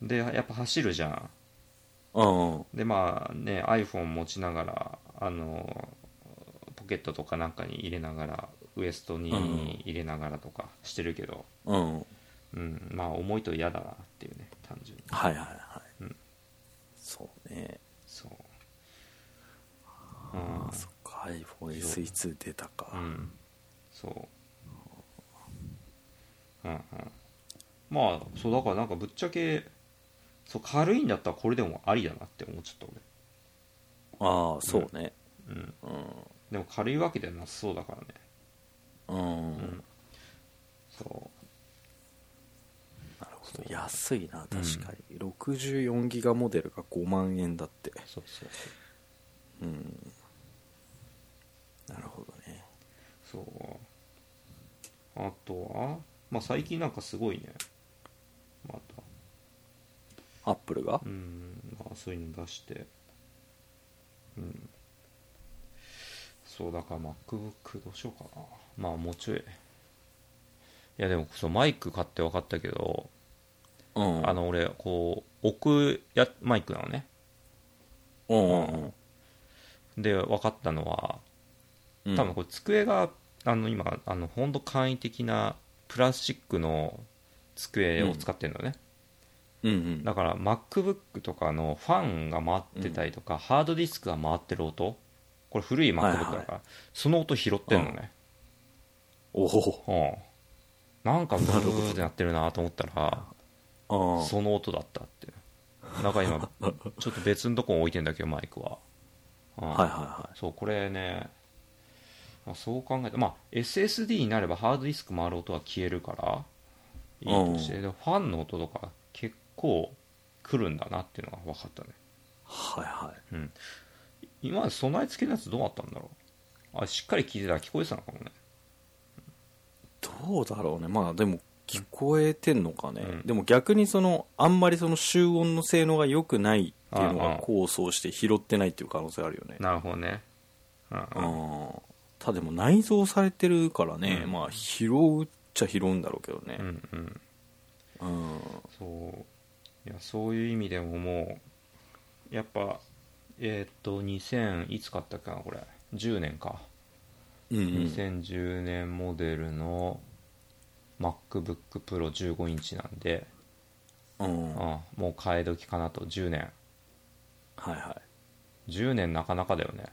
Speaker 2: でやっぱ走るじゃん
Speaker 1: うんうん
Speaker 2: でまあね iPhone 持ちながらあのポケットとかなんかに入れながらウエストに入れながらとかしてるけど、
Speaker 1: うん
Speaker 2: うん、まあ重いと嫌だなっていうね単純に
Speaker 1: はいはいはい、
Speaker 2: うん
Speaker 1: そうね
Speaker 2: そう、うん
Speaker 1: そっか iPhoneSE2 出たか、
Speaker 2: うん、そう、うんうん、まあそうだからなんかぶっちゃけそう軽いんだったらこれでもありだなって思っちゃった
Speaker 1: ああそうね
Speaker 2: 俺、うん、
Speaker 1: う
Speaker 2: でも軽いわけではなさそうだからね
Speaker 1: んうん、
Speaker 2: んそ
Speaker 1: なるほど安いな確かに、64ギガモデルが5万円だって
Speaker 2: うそうそ
Speaker 1: う
Speaker 2: う
Speaker 1: んなるほどね
Speaker 2: そうそうあとはまあ最近なんかすごいねまた
Speaker 1: アップルが
Speaker 2: うんまあそういうの出してうんそうだから MacBook どうしようかなまあもうちょいいやでもそうマイク買って分かったけど、
Speaker 1: うん
Speaker 2: あの俺こう置くやマイクなのね
Speaker 1: うんうん
Speaker 2: で分かったのは
Speaker 1: うん
Speaker 2: 多分これ机が、あの今あのほんと簡易的なプラスチックの机を使ってるのね、
Speaker 1: うんうん
Speaker 2: だから MacBook とかのファンが回ってたりとか、ハードディスクが回ってる音これ古い MacBook だから、
Speaker 1: はいはい
Speaker 2: その音拾ってんのね、
Speaker 1: おお
Speaker 2: うんなんかブーってなってるなと思ったら
Speaker 1: あ
Speaker 2: その音だったってなんか今ちょっと別のとこに置いてんだけどマイクは、うん
Speaker 1: あはいは
Speaker 2: そうこれねまあそう考えたまあ SSD になればハードディスク回る音は消えるからいいとしてでファンの音とか結構来るんだなっていうのが分かったね
Speaker 1: いはいはいはい
Speaker 2: 今まで備え付けのやつどうあったんだろうあしっかり聞いてたら聞こえてたのかもね
Speaker 1: どうだろうねまあでも聞こえてんのかね、
Speaker 2: うん
Speaker 1: でも逆にそのあんまりその集音の性能が良くないっていうの
Speaker 2: ああ
Speaker 1: が功を奏して拾ってないっていう可能性あるよね
Speaker 2: なるほどねうんうん
Speaker 1: あーただでも内蔵されてるからね、
Speaker 2: うん
Speaker 1: まあ拾うっちゃ拾うんだろうけど
Speaker 2: う
Speaker 1: ね
Speaker 2: んうん
Speaker 1: うん、
Speaker 2: そういやそういう意味でももうやっぱえーっと2000いつ買ったっけなこれ10年か
Speaker 1: うんうん、
Speaker 2: 2010年モデルの MacBookPro15 インチなんで、
Speaker 1: うん、
Speaker 2: うん
Speaker 1: はい
Speaker 2: もう替え時かなと10年
Speaker 1: は
Speaker 2: 10年なかなかだよね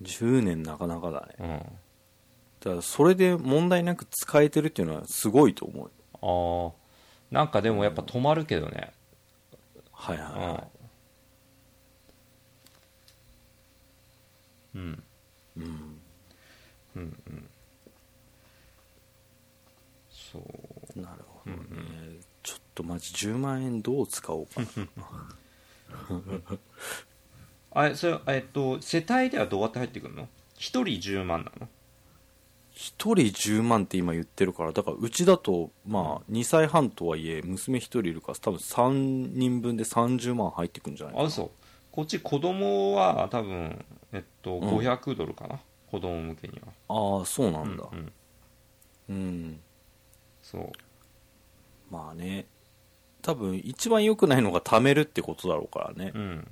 Speaker 1: い10年なかなかだね
Speaker 2: うんあ
Speaker 1: だからそれで問題なく使えてるっていうのはすごいと思う
Speaker 2: あなんかでもやっぱ止まるけどね
Speaker 1: はいはい、は
Speaker 2: うんうん
Speaker 1: いうん、
Speaker 2: うんうんそう
Speaker 1: なるほどね、ちょっとマジ10万円どう使おうかな
Speaker 2: あれそれえっと世帯ではどうやって入ってくるの一人10万なの
Speaker 1: 一人10万って今言ってるからだからうちだとまあ2歳半とはいえ娘一人いるから多分3人分で30万入ってくんじゃないか
Speaker 2: あ
Speaker 1: な
Speaker 2: 嘘こっち子供は多分、えっと、
Speaker 1: ん
Speaker 2: 500ドルかな、子供向けには。
Speaker 1: ああそうなんだ
Speaker 2: うんうん
Speaker 1: うん、
Speaker 2: そう。
Speaker 1: まあね多分一番良くないのが貯めるってことだろうからね、
Speaker 2: うん。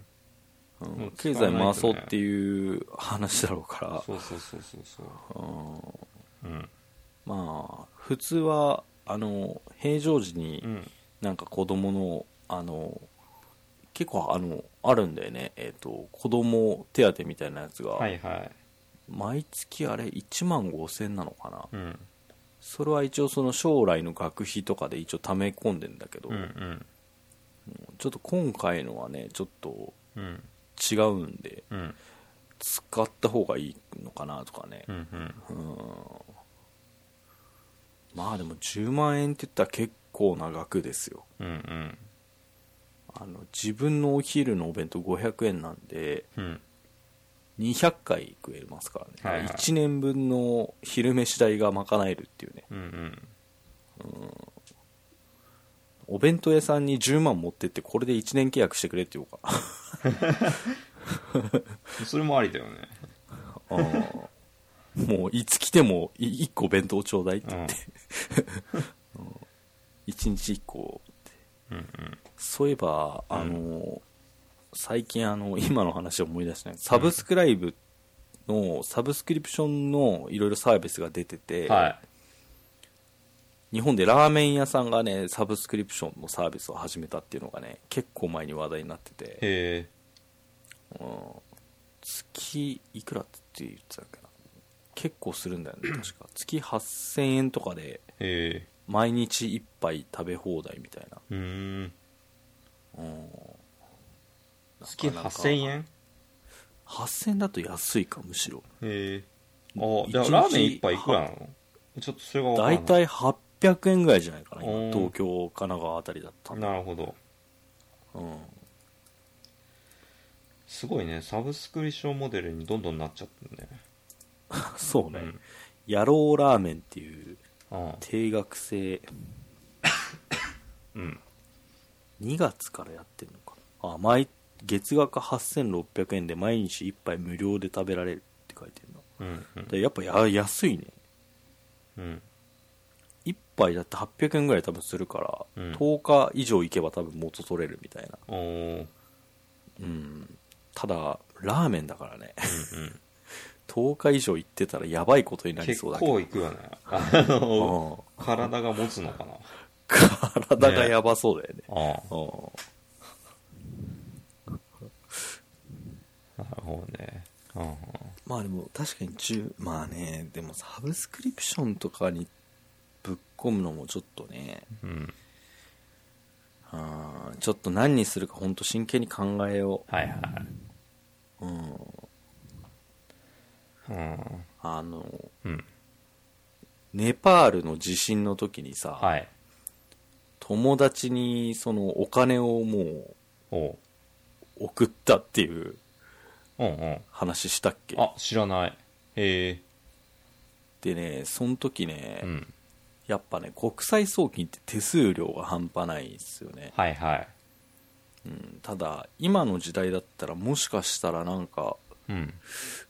Speaker 1: うん
Speaker 2: もう使
Speaker 1: 経
Speaker 2: わないと
Speaker 1: 済
Speaker 2: ね
Speaker 1: 回そうっていう話だろうから
Speaker 2: そうそうそうそうそ
Speaker 1: う
Speaker 2: う。
Speaker 1: ん
Speaker 2: うん。
Speaker 1: まあ普通はあの平常時に
Speaker 2: うん。
Speaker 1: なんか子供のあの結構あのあるんだよねえっ、と子供手当みたいなやつが、
Speaker 2: はいはい。
Speaker 1: 毎月あれ1万5000なのかな
Speaker 2: うん。
Speaker 1: それは一応その将来の学費とかで一応溜め込んでんだけど、
Speaker 2: うんうん。
Speaker 1: ちょっと今回のはねちょっと
Speaker 2: うん。
Speaker 1: 違うんで
Speaker 2: うん。
Speaker 1: 使った方がいいのかなとかね、
Speaker 2: うん。うん。
Speaker 1: まあでも10万円って言ったら結構な額ですよ
Speaker 2: うん。うん。
Speaker 1: あの自分のお昼のお弁当500円なんで
Speaker 2: うん。
Speaker 1: 200回食えますからね、
Speaker 2: はいはい
Speaker 1: 1年分の昼飯代が賄えるっていうね
Speaker 2: うんうん。
Speaker 1: お弁当屋さんに10万持ってってこれで1年契約してくれって言おうか
Speaker 2: それもありだよね。
Speaker 1: あー [LAUGHS] もういつ来ても1個弁当ちょうだいって言って、1日1個
Speaker 2: うんうん。
Speaker 1: そういえばあの、最近あの今の話を思い出したねサブスクライブのサブスクリプションのいろいろサービスが出てて、
Speaker 2: は
Speaker 1: 日本でラーメン屋さんがねサブスクリプションのサービスを始めたっていうのがね結構前に話題になって
Speaker 2: い。
Speaker 1: て
Speaker 2: へ
Speaker 1: 月いくらって言ってたっけな結構するんだよね確か月8000円とかで
Speaker 2: え。へえ。
Speaker 1: 毎日一杯食べ放題みたいな
Speaker 2: うーん。
Speaker 1: うん
Speaker 2: 月
Speaker 1: なかなか
Speaker 2: 8000円
Speaker 1: 8000円だと安いかむしろ
Speaker 2: へえ。あ、じゃあ
Speaker 1: 一日
Speaker 2: ラーメン一杯いくらなのちょっとそれがわかんない
Speaker 1: 大体800円ぐらいじゃないかな
Speaker 2: うん
Speaker 1: 今東京神奈川あたりだったんだ
Speaker 2: なるほど。 [LAUGHS]
Speaker 1: うん
Speaker 2: すごいね。サブスクリプションモデルにどんどんなっちゃってるね。
Speaker 1: そう
Speaker 2: う
Speaker 1: ね、
Speaker 2: ん
Speaker 1: 野郎ラーメンっていう
Speaker 2: あ
Speaker 1: 定額制
Speaker 2: [COUGHS] うん。
Speaker 1: 2月からやってるのかなあ毎月額8600円で毎日1杯無料で食べられるって書いてるな
Speaker 2: うん。うん
Speaker 1: でやっぱや安いね
Speaker 2: うん。
Speaker 1: 1杯だって800円ぐらい多分するから、
Speaker 2: うん
Speaker 1: 10日以上行けば多分元取れるみたいな
Speaker 2: おー。
Speaker 1: うんただラーメンだからね [LAUGHS]
Speaker 2: うんうん。
Speaker 1: 10日以上行ってたらやばいことになり
Speaker 2: 結
Speaker 1: そうだけど
Speaker 2: 構いくよね。あの、
Speaker 1: うん
Speaker 2: 体が持つのかな。
Speaker 1: 体がやばそうだよね
Speaker 2: ああ。
Speaker 1: う
Speaker 2: なるほどね。うんうん
Speaker 1: んまあでも確かに10まあねでもサブスクリプションとかにぶっ込むのもちょっとね
Speaker 2: うん。
Speaker 1: あーちょっと何にするか本当真剣に考えよ
Speaker 2: はいはい。
Speaker 1: う、うん、
Speaker 2: うん。
Speaker 1: あの
Speaker 2: うん。
Speaker 1: ネパールの地震の時にさ、
Speaker 2: はい。
Speaker 1: 友達にそのお金をも
Speaker 2: おう。
Speaker 1: う送ったっていう
Speaker 2: うんうん。
Speaker 1: 話したっけ
Speaker 2: あ、知らない。へ
Speaker 1: でねその時ね、
Speaker 2: え。うん。
Speaker 1: やっぱね国際送金って手数料が半端ないですよね、
Speaker 2: はいはい。
Speaker 1: うん、ただ今の時代だったらもしかしたらなんか
Speaker 2: うん。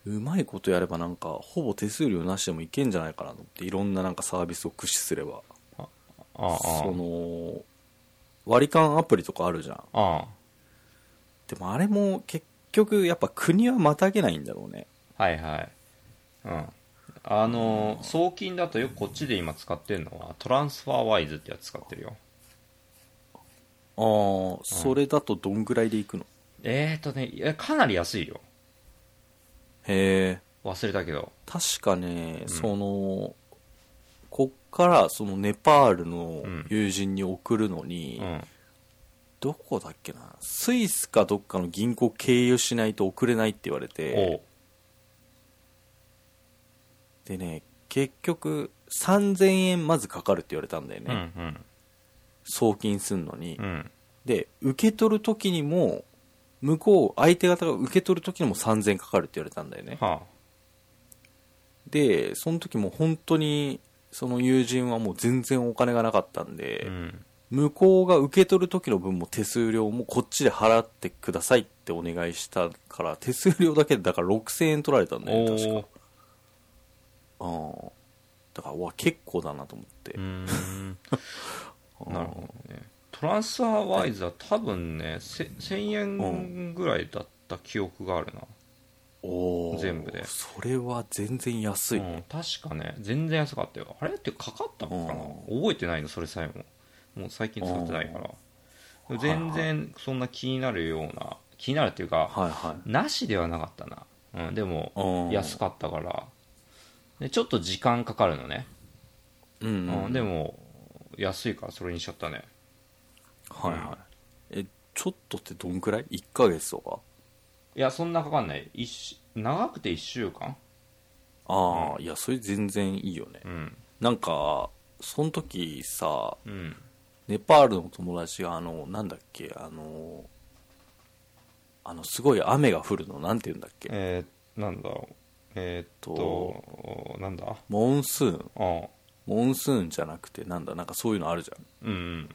Speaker 1: うまいことやればなんかほぼ手数料なしでもいけんじゃないかなと思っていろんななんかサービスを駆使すれば
Speaker 2: ああ。
Speaker 1: その割り勘アプリとかあるじゃん
Speaker 2: あ
Speaker 1: でもあれも結局やっぱ国はまたげないんだろうね
Speaker 2: あ。はいはい。うん。あの、送金だとよくこっちで今使ってるのは、トランスファーワイズってやつ使ってるよ。
Speaker 1: ああそれだとどんぐらいでいくの、
Speaker 2: えーとね、いやかなり安いよ。
Speaker 1: へえ
Speaker 2: 忘れたけど。
Speaker 1: 確かね、
Speaker 2: ん
Speaker 1: そのこっからそのネパールの
Speaker 2: うん
Speaker 1: 友人に送るのに、
Speaker 2: うん。
Speaker 1: どこだっけなスイスかどっかの銀行経由しないと送れないって言われ
Speaker 2: お
Speaker 1: て
Speaker 2: う。
Speaker 1: でね結局3000円まずかかるって言われたんだよね、
Speaker 2: うんうん。
Speaker 1: 送金すんのに、
Speaker 2: うん。
Speaker 1: で受け取る時にも向こう相手方が受け取る時にも3000かかるって言われたんだよね
Speaker 2: はあ。
Speaker 1: でその時も本当にその友人はもう全然お金がなかったんで、
Speaker 2: うん。
Speaker 1: 向こうが受け取る時の分も手数料もこっちで払ってくださいってお願いしたから、手数料だけでだから6000円取られたんだよね、
Speaker 2: お
Speaker 1: 確
Speaker 2: ー
Speaker 1: か。うん。だから、うわ、結構だなと思って。
Speaker 2: うー [LAUGHS] んなるほどねトランスファーワイズは多分ねせ1000円ぐらいだった記憶があるな、
Speaker 1: おー
Speaker 2: 全部で
Speaker 1: それは全然安いね。
Speaker 2: うん確かね全然安かったよあれってかかったのかな覚えてないのそれさえももう最近使ってないから全然そんな気になるような気になるっていうか
Speaker 1: はいはい。
Speaker 2: なしではなかったな、うん、でも安
Speaker 1: か
Speaker 2: かったからでちょっと時間かかるのね、
Speaker 1: うんう、
Speaker 2: うんん、でも安いからそれにしちゃったね
Speaker 1: はいはいえちょっとってどんくらい ?1 ヶ月とか
Speaker 2: いやそんなかかんない一週長くて1週間
Speaker 1: ああ、いやそれ全然いいよね
Speaker 2: うん
Speaker 1: なんかその時さ
Speaker 2: うん
Speaker 1: ネパールの友達があのなんだっけあのあのすごい雨が降るのなんて言うんだっけ
Speaker 2: えー、なんだろうえーっとなんだ
Speaker 1: モンスーン
Speaker 2: あ
Speaker 1: モンスーンじゃなくてなんだなんかそういうのあるじゃん
Speaker 2: うん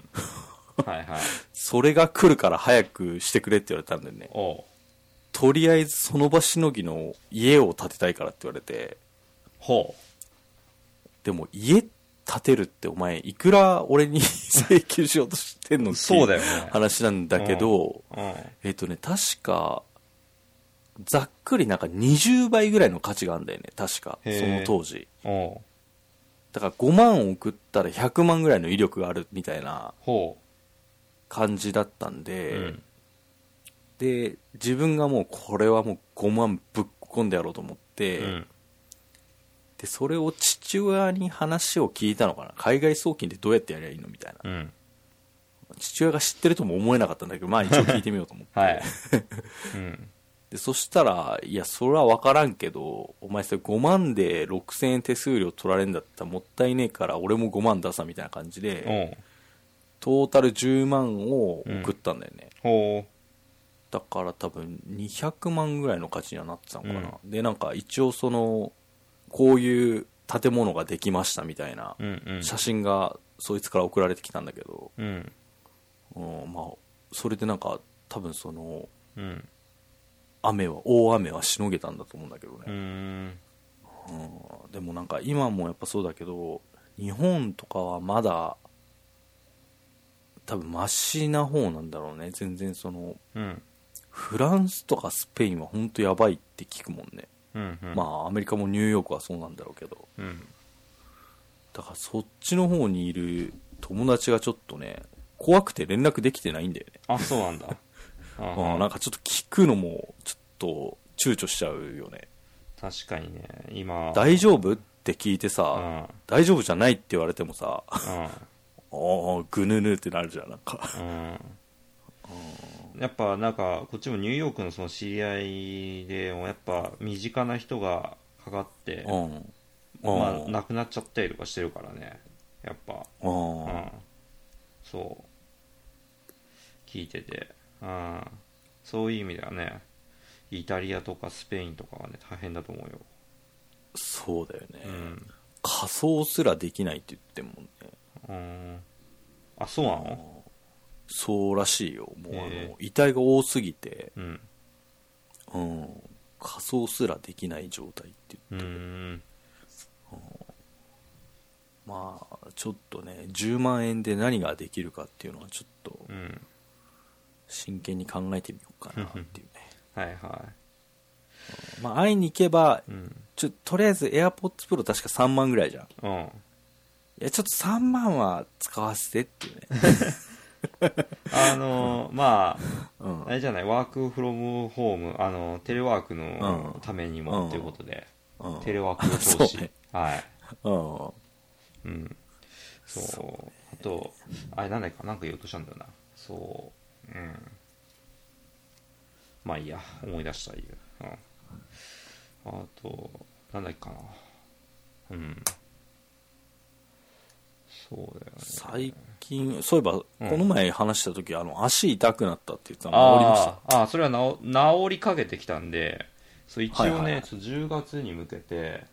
Speaker 2: うんはい
Speaker 1: [LAUGHS]
Speaker 2: はい
Speaker 1: それが来るから早くしてくれって言われたんだよね
Speaker 2: おう
Speaker 1: とりあえずその場しのぎの家を建てたいからって言われて
Speaker 2: ほ
Speaker 1: でも家建てるってお前いくら俺に請求しようとしてんの
Speaker 2: う
Speaker 1: って
Speaker 2: そうだ
Speaker 1: いう
Speaker 2: よね
Speaker 1: 話なんだけど、
Speaker 2: うん
Speaker 1: えっとね確かざっくりなんか20倍ぐらいの価値があるんだよね確かそ
Speaker 2: へー
Speaker 1: の当時
Speaker 2: おう
Speaker 1: だから5万送ったら100万ぐらいの威力があるみたいな
Speaker 2: ほ
Speaker 1: 感じだったん
Speaker 2: う、
Speaker 1: で、
Speaker 2: うん
Speaker 1: で自分がもうこれはもう5万ぶっ込んでやろうと思って、
Speaker 2: うん
Speaker 1: でそれを父親に話を聞いたのかな海外送金ってどうやってやりゃいいのみたいな
Speaker 2: うん
Speaker 1: 父親が知ってるとも思えなかったんだけど、まあ一応聞いてみようと思って。[LAUGHS]
Speaker 2: [LAUGHS] はいうん
Speaker 1: で、そしたら、いや、それは分からんけど、お前それ5万で6000円手数料取られんだったらもったいねえから、俺も5万出さみたいな感じで、
Speaker 2: おう
Speaker 1: トータル10万を送ったんだよね。
Speaker 2: ほ
Speaker 1: だから多分200万ぐらいの価値にはなってたのかな。で、なんか一応その、こういう建物ができましたみたいな
Speaker 2: ううんうん
Speaker 1: 写真がそいつから送られてきたんだけど、
Speaker 2: うん
Speaker 1: うん、まあ、それでなんか多分その、
Speaker 2: うん
Speaker 1: 雨は大雨はしのげたんだと思うんだけど
Speaker 2: う
Speaker 1: ね、
Speaker 2: ん
Speaker 1: うんでもなんか今もやっぱそうだけど日本とかはまだ多分マシな方なんだろうね全然その
Speaker 2: うん
Speaker 1: フランスとかスペインは本当やばいって聞くもんね、
Speaker 2: うんうん
Speaker 1: まあアメリカもニューヨークはそうなんだろうけど
Speaker 2: うん
Speaker 1: だからそっちの方にいる友達がちょっとね怖くて連絡できてないんだよね、
Speaker 2: あそう
Speaker 1: [LAUGHS]
Speaker 2: なんだあー
Speaker 1: うんなんかちょっと聞くのもちょっと躊躇しちゃうよね
Speaker 2: 確かにね今
Speaker 1: 大丈夫って聞いてさ、
Speaker 2: うんうん
Speaker 1: 大丈夫じゃないって言われてもさ、ああ、ぐぬぬってなるじゃん、なんか。
Speaker 2: うんやっぱなんかこっちもニューヨークのその知り合いでもやっぱ身近な人がかかって、
Speaker 1: うん。うん。
Speaker 2: まあ、亡くなっちゃったりとかしてるからねやっぱ、
Speaker 1: う
Speaker 2: うん
Speaker 1: ん。
Speaker 2: そう聞いてて、うん、そういう意味ではねイタリアとかスペインとかはね大変だと思うよ、
Speaker 1: そうだよね。
Speaker 2: うん
Speaker 1: 仮装すらできないって言ってんもんね。
Speaker 2: うん、あそうなの
Speaker 1: そうらしいよ。もうあ
Speaker 2: へ
Speaker 1: の
Speaker 2: え、
Speaker 1: 遺体が多すぎて、
Speaker 2: うん
Speaker 1: うん。仮装すらできない状態っていう。
Speaker 2: うん
Speaker 1: まあ、ちょっとね、10万円で何ができるかっていうのはちょっと
Speaker 2: うん
Speaker 1: 真剣に考えてみようかなっていうね。 [LAUGHS]
Speaker 2: はいは
Speaker 1: まあ、会いに行けば
Speaker 2: い、うん
Speaker 1: ちょ、とりあえず AirPods Pro 確か3万ぐらいじゃん。
Speaker 2: うん
Speaker 1: いや、ちょっと3万は使わせてっていう
Speaker 2: [LAUGHS]
Speaker 1: ね。[LAUGHS]
Speaker 2: あのーま
Speaker 1: う
Speaker 2: あ
Speaker 1: ん。
Speaker 2: あれじゃないワークフロムホームあのテレワークの
Speaker 1: うん
Speaker 2: ために
Speaker 1: う
Speaker 2: も
Speaker 1: ん
Speaker 2: ということで、
Speaker 1: うん。
Speaker 2: テレワークの
Speaker 1: [LAUGHS] そ
Speaker 2: 投資、
Speaker 1: うね
Speaker 2: はい
Speaker 1: うん。
Speaker 2: うんそうあとあれなんだっけかなんか言おうとしたんだよなそううんまあいいや思い出したいいよ、うん、あとなんだっけかなうんそうだよね
Speaker 1: 最近、そういえば、
Speaker 2: うん
Speaker 1: この前話した時、あの、足痛くなったって言ってたの、治りました。
Speaker 2: あーあーそれは治治りかけてきたんでそう一応
Speaker 1: は
Speaker 2: ね、
Speaker 1: いはいはい
Speaker 2: ちょっと10月に向けて、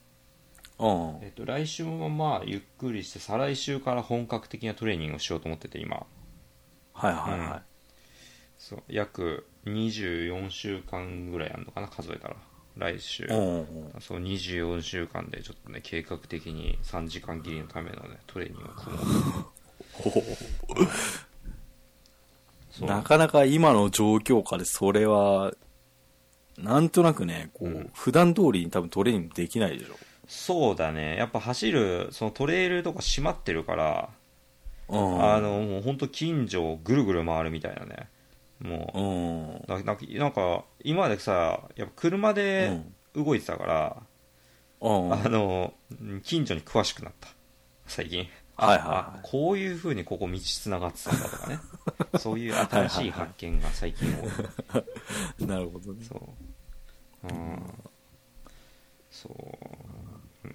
Speaker 1: うん。
Speaker 2: えっと、来週もまあゆっくりして再来週から本格的なトレーニングをしようと思ってて今
Speaker 1: はいはいはい。
Speaker 2: そう約24週間ぐらいあるのかな数えたら来週
Speaker 1: うんうんうん
Speaker 2: そう24週間でちょっとね計画的に3時間切りのためのねトレーニングを組もう
Speaker 1: [LAUGHS]
Speaker 2: そう
Speaker 1: なかなか今の状況下でそれは、なんとなくね、こう、
Speaker 2: うん
Speaker 1: 普段通りに多分トレーニングできないでし
Speaker 2: そうだねやっぱ走るそのトレイルとか閉まってるから、
Speaker 1: ょ。うん。
Speaker 2: あのもうほんと近所をぐるぐる回るみたいなねも
Speaker 1: うん。
Speaker 2: う、ななんかなんか今までさやっぱ車で動いてたから、
Speaker 1: うん。
Speaker 2: あのうん近所に詳しくなった最近
Speaker 1: はいはい
Speaker 2: あこういうふうにここ道つながってたんだとか
Speaker 1: [LAUGHS]
Speaker 2: ねそういう新しい発見が最近多い [LAUGHS]
Speaker 1: なるほどね。
Speaker 2: そううんそう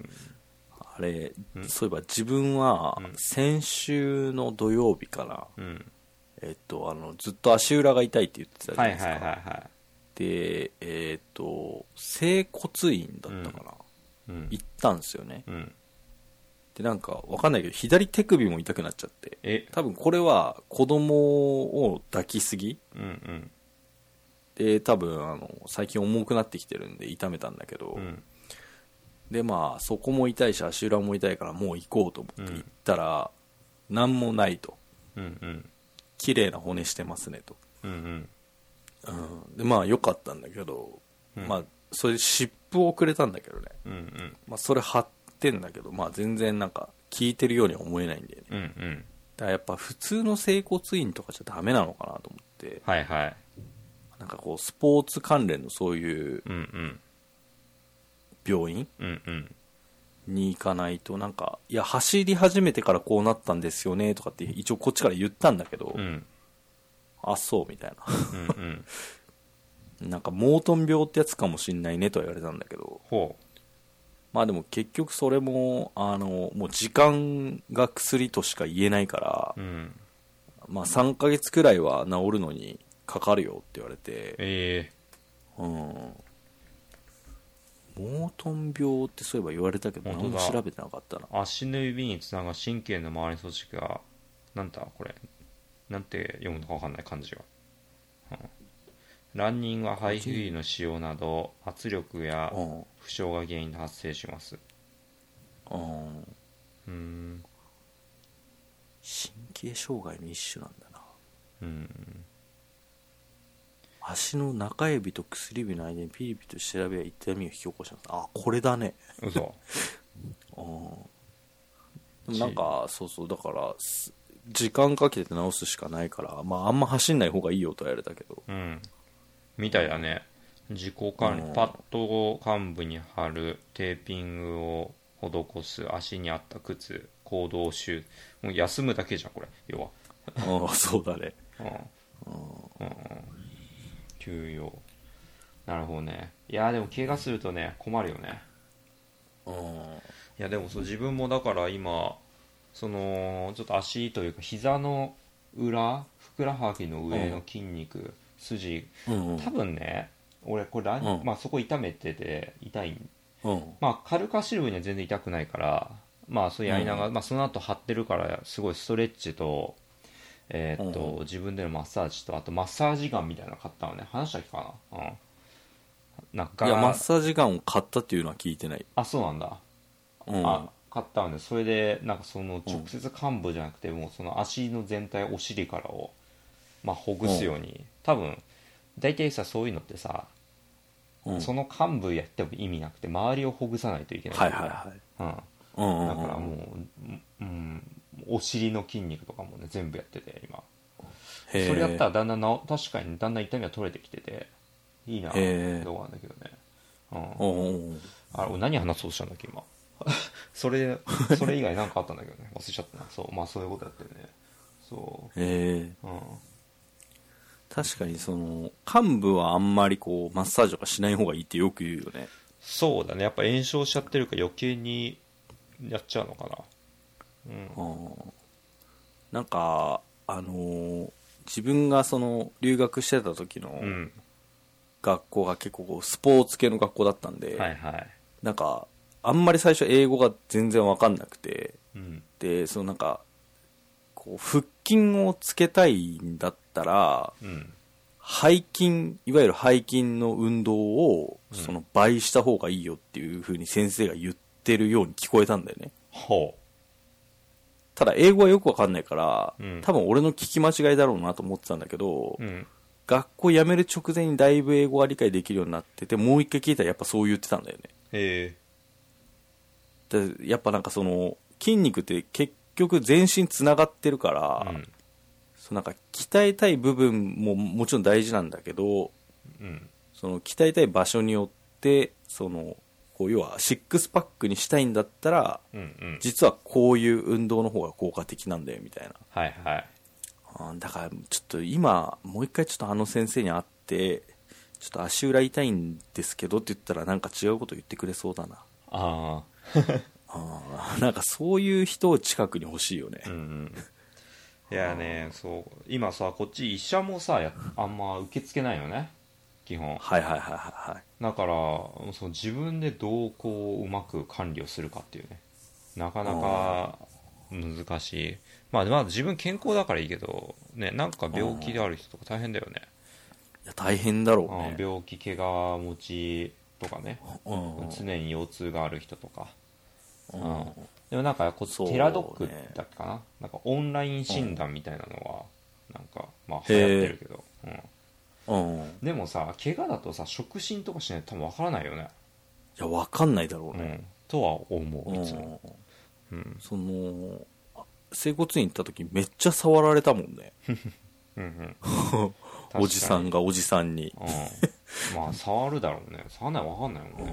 Speaker 1: あれ、
Speaker 2: うん
Speaker 1: そういえば自分は
Speaker 2: う、ん
Speaker 1: 先週の土曜日から、
Speaker 2: うん
Speaker 1: えっと、あの、ずっと足裏が痛いって言ってたじゃ
Speaker 2: は
Speaker 1: ないい
Speaker 2: は
Speaker 1: で
Speaker 2: い
Speaker 1: すか。
Speaker 2: はいは
Speaker 1: で、えっと、整骨院だったかな。
Speaker 2: いうん
Speaker 1: 行ったんですよね。
Speaker 2: うん
Speaker 1: で、なんか、わかんないけど、左手首も痛くなっちゃって。
Speaker 2: え
Speaker 1: 多分これは子供を抱きすぎ
Speaker 2: うんうん
Speaker 1: で多分あの最近重くなってきてるんで痛めたんだけど、
Speaker 2: うん
Speaker 1: でまあそこも痛いし足裏も痛いからもう行こうと思って
Speaker 2: うん
Speaker 1: 行ったら、何もないと
Speaker 2: うんうん
Speaker 1: 綺麗な骨してますねと、
Speaker 2: うんうん
Speaker 1: うん、でまあ良かったんだけど、
Speaker 2: うん
Speaker 1: まあそれ湿布をくれたんだけどね、
Speaker 2: うんうん
Speaker 1: まあ、それ貼ってんだけどまあ全然なんか効いてるようには思えないんだよね
Speaker 2: うんうん
Speaker 1: だからやっぱ普通の整骨院とかじゃダメなのかなと思って
Speaker 2: はいはい
Speaker 1: なんかこうスポーツ関連のそういう
Speaker 2: うんうん
Speaker 1: 病院
Speaker 2: うんうん
Speaker 1: に行かないとなんかいや走り始めてからこうなったんですよねとかって一応こっちから言ったんだけど、
Speaker 2: うん
Speaker 1: あそうみたい
Speaker 2: うんうん
Speaker 1: な [LAUGHS] なんかモートン病ってやつかもしんないねとは言われたんだけど
Speaker 2: ほ
Speaker 1: まあでも結局それもあのもう時間が薬としか言えないから
Speaker 2: うう、ん
Speaker 1: まあ3ヶ月くらいは治るのにかかるよって言われて
Speaker 2: え
Speaker 1: うんモートン病ってそういえば言われたけど
Speaker 2: 本当
Speaker 1: 何
Speaker 2: だ
Speaker 1: も調べてなかったな
Speaker 2: ー足の指につながる神経の周り組織がなんだこれなんて読むのかわかんない漢字が、うん、ランニングはハイヒールの使用など圧力や
Speaker 1: うん
Speaker 2: 負傷が原因で発生します
Speaker 1: うん
Speaker 2: うーん
Speaker 1: 神経障害の一種なんだな
Speaker 2: うん
Speaker 1: 足の中指と薬指の間にピリピリと調べや痛みを引き起こしますあこれだね
Speaker 2: 嘘
Speaker 1: うんでもなんかそうそうだからす時間かけて治すしかないから、まあ、あんま走んない方がいいよとは言われたけ
Speaker 2: [LAUGHS]
Speaker 1: ど
Speaker 2: うんみたいだね自己管理
Speaker 1: うん
Speaker 2: パッドを患部に貼るテーピングを施す足に合った靴行動集もう休むだけじゃんこれ要は
Speaker 1: あそうだね
Speaker 2: うんうんうん休養なるほどねいやでも怪我するとね困るよね
Speaker 1: うん
Speaker 2: いやでもそう自分もだから今そのちょっと足というか膝の裏ふくらはぎの上の筋肉筋
Speaker 1: うん
Speaker 2: 多分ね俺これラン、
Speaker 1: うん
Speaker 2: まあ、そこ痛めてて痛い
Speaker 1: うん
Speaker 2: まあ軽く走る分には全然痛くないからまあそうやりながら、まあ、その後張ってるからすごいストレッチとえーっと、
Speaker 1: うん
Speaker 2: 自分でのマッサージとあとマッサージガンみたいなの買ったのね話したっけかなうんなんか
Speaker 1: いやマッ
Speaker 2: ガ
Speaker 1: サージガンを買ったっていうのは聞いてない、
Speaker 2: あそうなんだ
Speaker 1: うん、
Speaker 2: あ買ったのでそれでなんかその直接患部じゃなくて、もうその足の全体お尻からを、まあ、ほぐすように、多分大体さそういうのってさ、
Speaker 1: うん
Speaker 2: その患部やっても意味なくて周りをほぐさないといけない
Speaker 1: はいはいはいうんう
Speaker 2: うんん、
Speaker 1: う
Speaker 2: だ
Speaker 1: ん
Speaker 2: からもう、うん、お尻の筋肉とかもね全部やってて今そ
Speaker 1: へー
Speaker 2: れやったらだんだん治確かにだんだん痛みは取れてきてていいなって
Speaker 1: へー
Speaker 2: 思うんだけどね、うん、
Speaker 1: うんうんうん
Speaker 2: あれ、俺何話そうとしたんだっけ、今。 [LAUGHS] それ、それ以外なんかあったんだけどね。忘れちゃったな。そう、まあそういうことやってるね。そ
Speaker 1: へえ
Speaker 2: う。うん。
Speaker 1: 確かにその幹部はあんまりこうマッサージとかしない方がいいってよく言うよね
Speaker 2: そうだね。やっぱ炎症しちゃってるから余計にやっちゃうのかな。うん。
Speaker 1: うんなんかあのー自分がその留学してた時の
Speaker 2: うん。
Speaker 1: 学校が結構こうスポーツ系の学校だったんで、
Speaker 2: はいはい。
Speaker 1: なんかあんまり最初英語が全然わかんなくて
Speaker 2: うん。
Speaker 1: でそのなんかここう腹筋をつけたいんだったら
Speaker 2: うん。
Speaker 1: 背筋いわゆる背筋の運動をその倍した方がいいよっていう風に先生が言ってるように聞こえたんだよね
Speaker 2: ほ
Speaker 1: ただ英語はよくわかんないから、
Speaker 2: うん
Speaker 1: 多分俺の聞き間違いだろうなと思ってたんだけど、
Speaker 2: う。うん。
Speaker 1: 学校辞める直前にだいぶ英語は理解できるようになっててもう一回聞いたらやっぱそう言ってたんだよね
Speaker 2: え
Speaker 1: でやっぱなんかその筋肉って結局全身つながってるか
Speaker 2: え
Speaker 1: ら、
Speaker 2: うん。
Speaker 1: そうなんか鍛えたい部分ももちろん大事なんだけど
Speaker 2: うん。
Speaker 1: その鍛えたい場所によってそのこう要はシックスパックにしたいんだったら
Speaker 2: うん。うん。
Speaker 1: 実はこういう運動の方が効果的なんだよみたいな
Speaker 2: はいはい。
Speaker 1: あーだからちょっと今もう一回ちょっとあの先生に会ってちょっと足裏痛いんですけどって言ったらなんか違うこと言ってくれそうだな
Speaker 2: あ
Speaker 1: あーなんかそういう人を近くに欲しいよね
Speaker 2: あ。うんうん。いやね、そう。今さ、こっち医者もさ、やあんま受け付けないよね。基本。
Speaker 1: はいはいはいはいはい
Speaker 2: だから、その自分でどうこううまく管理をするかっていうね。なかなか難しい。まあ、まあ自分健康だからいいけど、ね、なんか病気である人とか大変だよね。
Speaker 1: いや大変だろう
Speaker 2: あ
Speaker 1: ね
Speaker 2: ー病気、怪我持ちとかね。
Speaker 1: うんうん
Speaker 2: 常に腰痛がある人とか。
Speaker 1: うん
Speaker 2: うんでもなんかこっち
Speaker 1: そうね
Speaker 2: テラドックだっけかななんかオンライン診断みたいなのはなんかまあ
Speaker 1: へ
Speaker 2: 流
Speaker 1: ー
Speaker 2: 行ってるけど、うん、
Speaker 1: うんい
Speaker 2: でもさ怪我だとさ触診とかしないと多分わからないよね、
Speaker 1: やわかんないだろう
Speaker 2: う
Speaker 1: ね
Speaker 2: ん、とは思
Speaker 1: う
Speaker 2: うんいつも、うん
Speaker 1: そのあ整骨院行った時めっちゃ触られたもんね
Speaker 2: うんうん、
Speaker 1: [LAUGHS] おじさん
Speaker 2: が、
Speaker 1: がおじさんに
Speaker 2: うん、まあ触るだろうね触らないわかんないもんね
Speaker 1: うん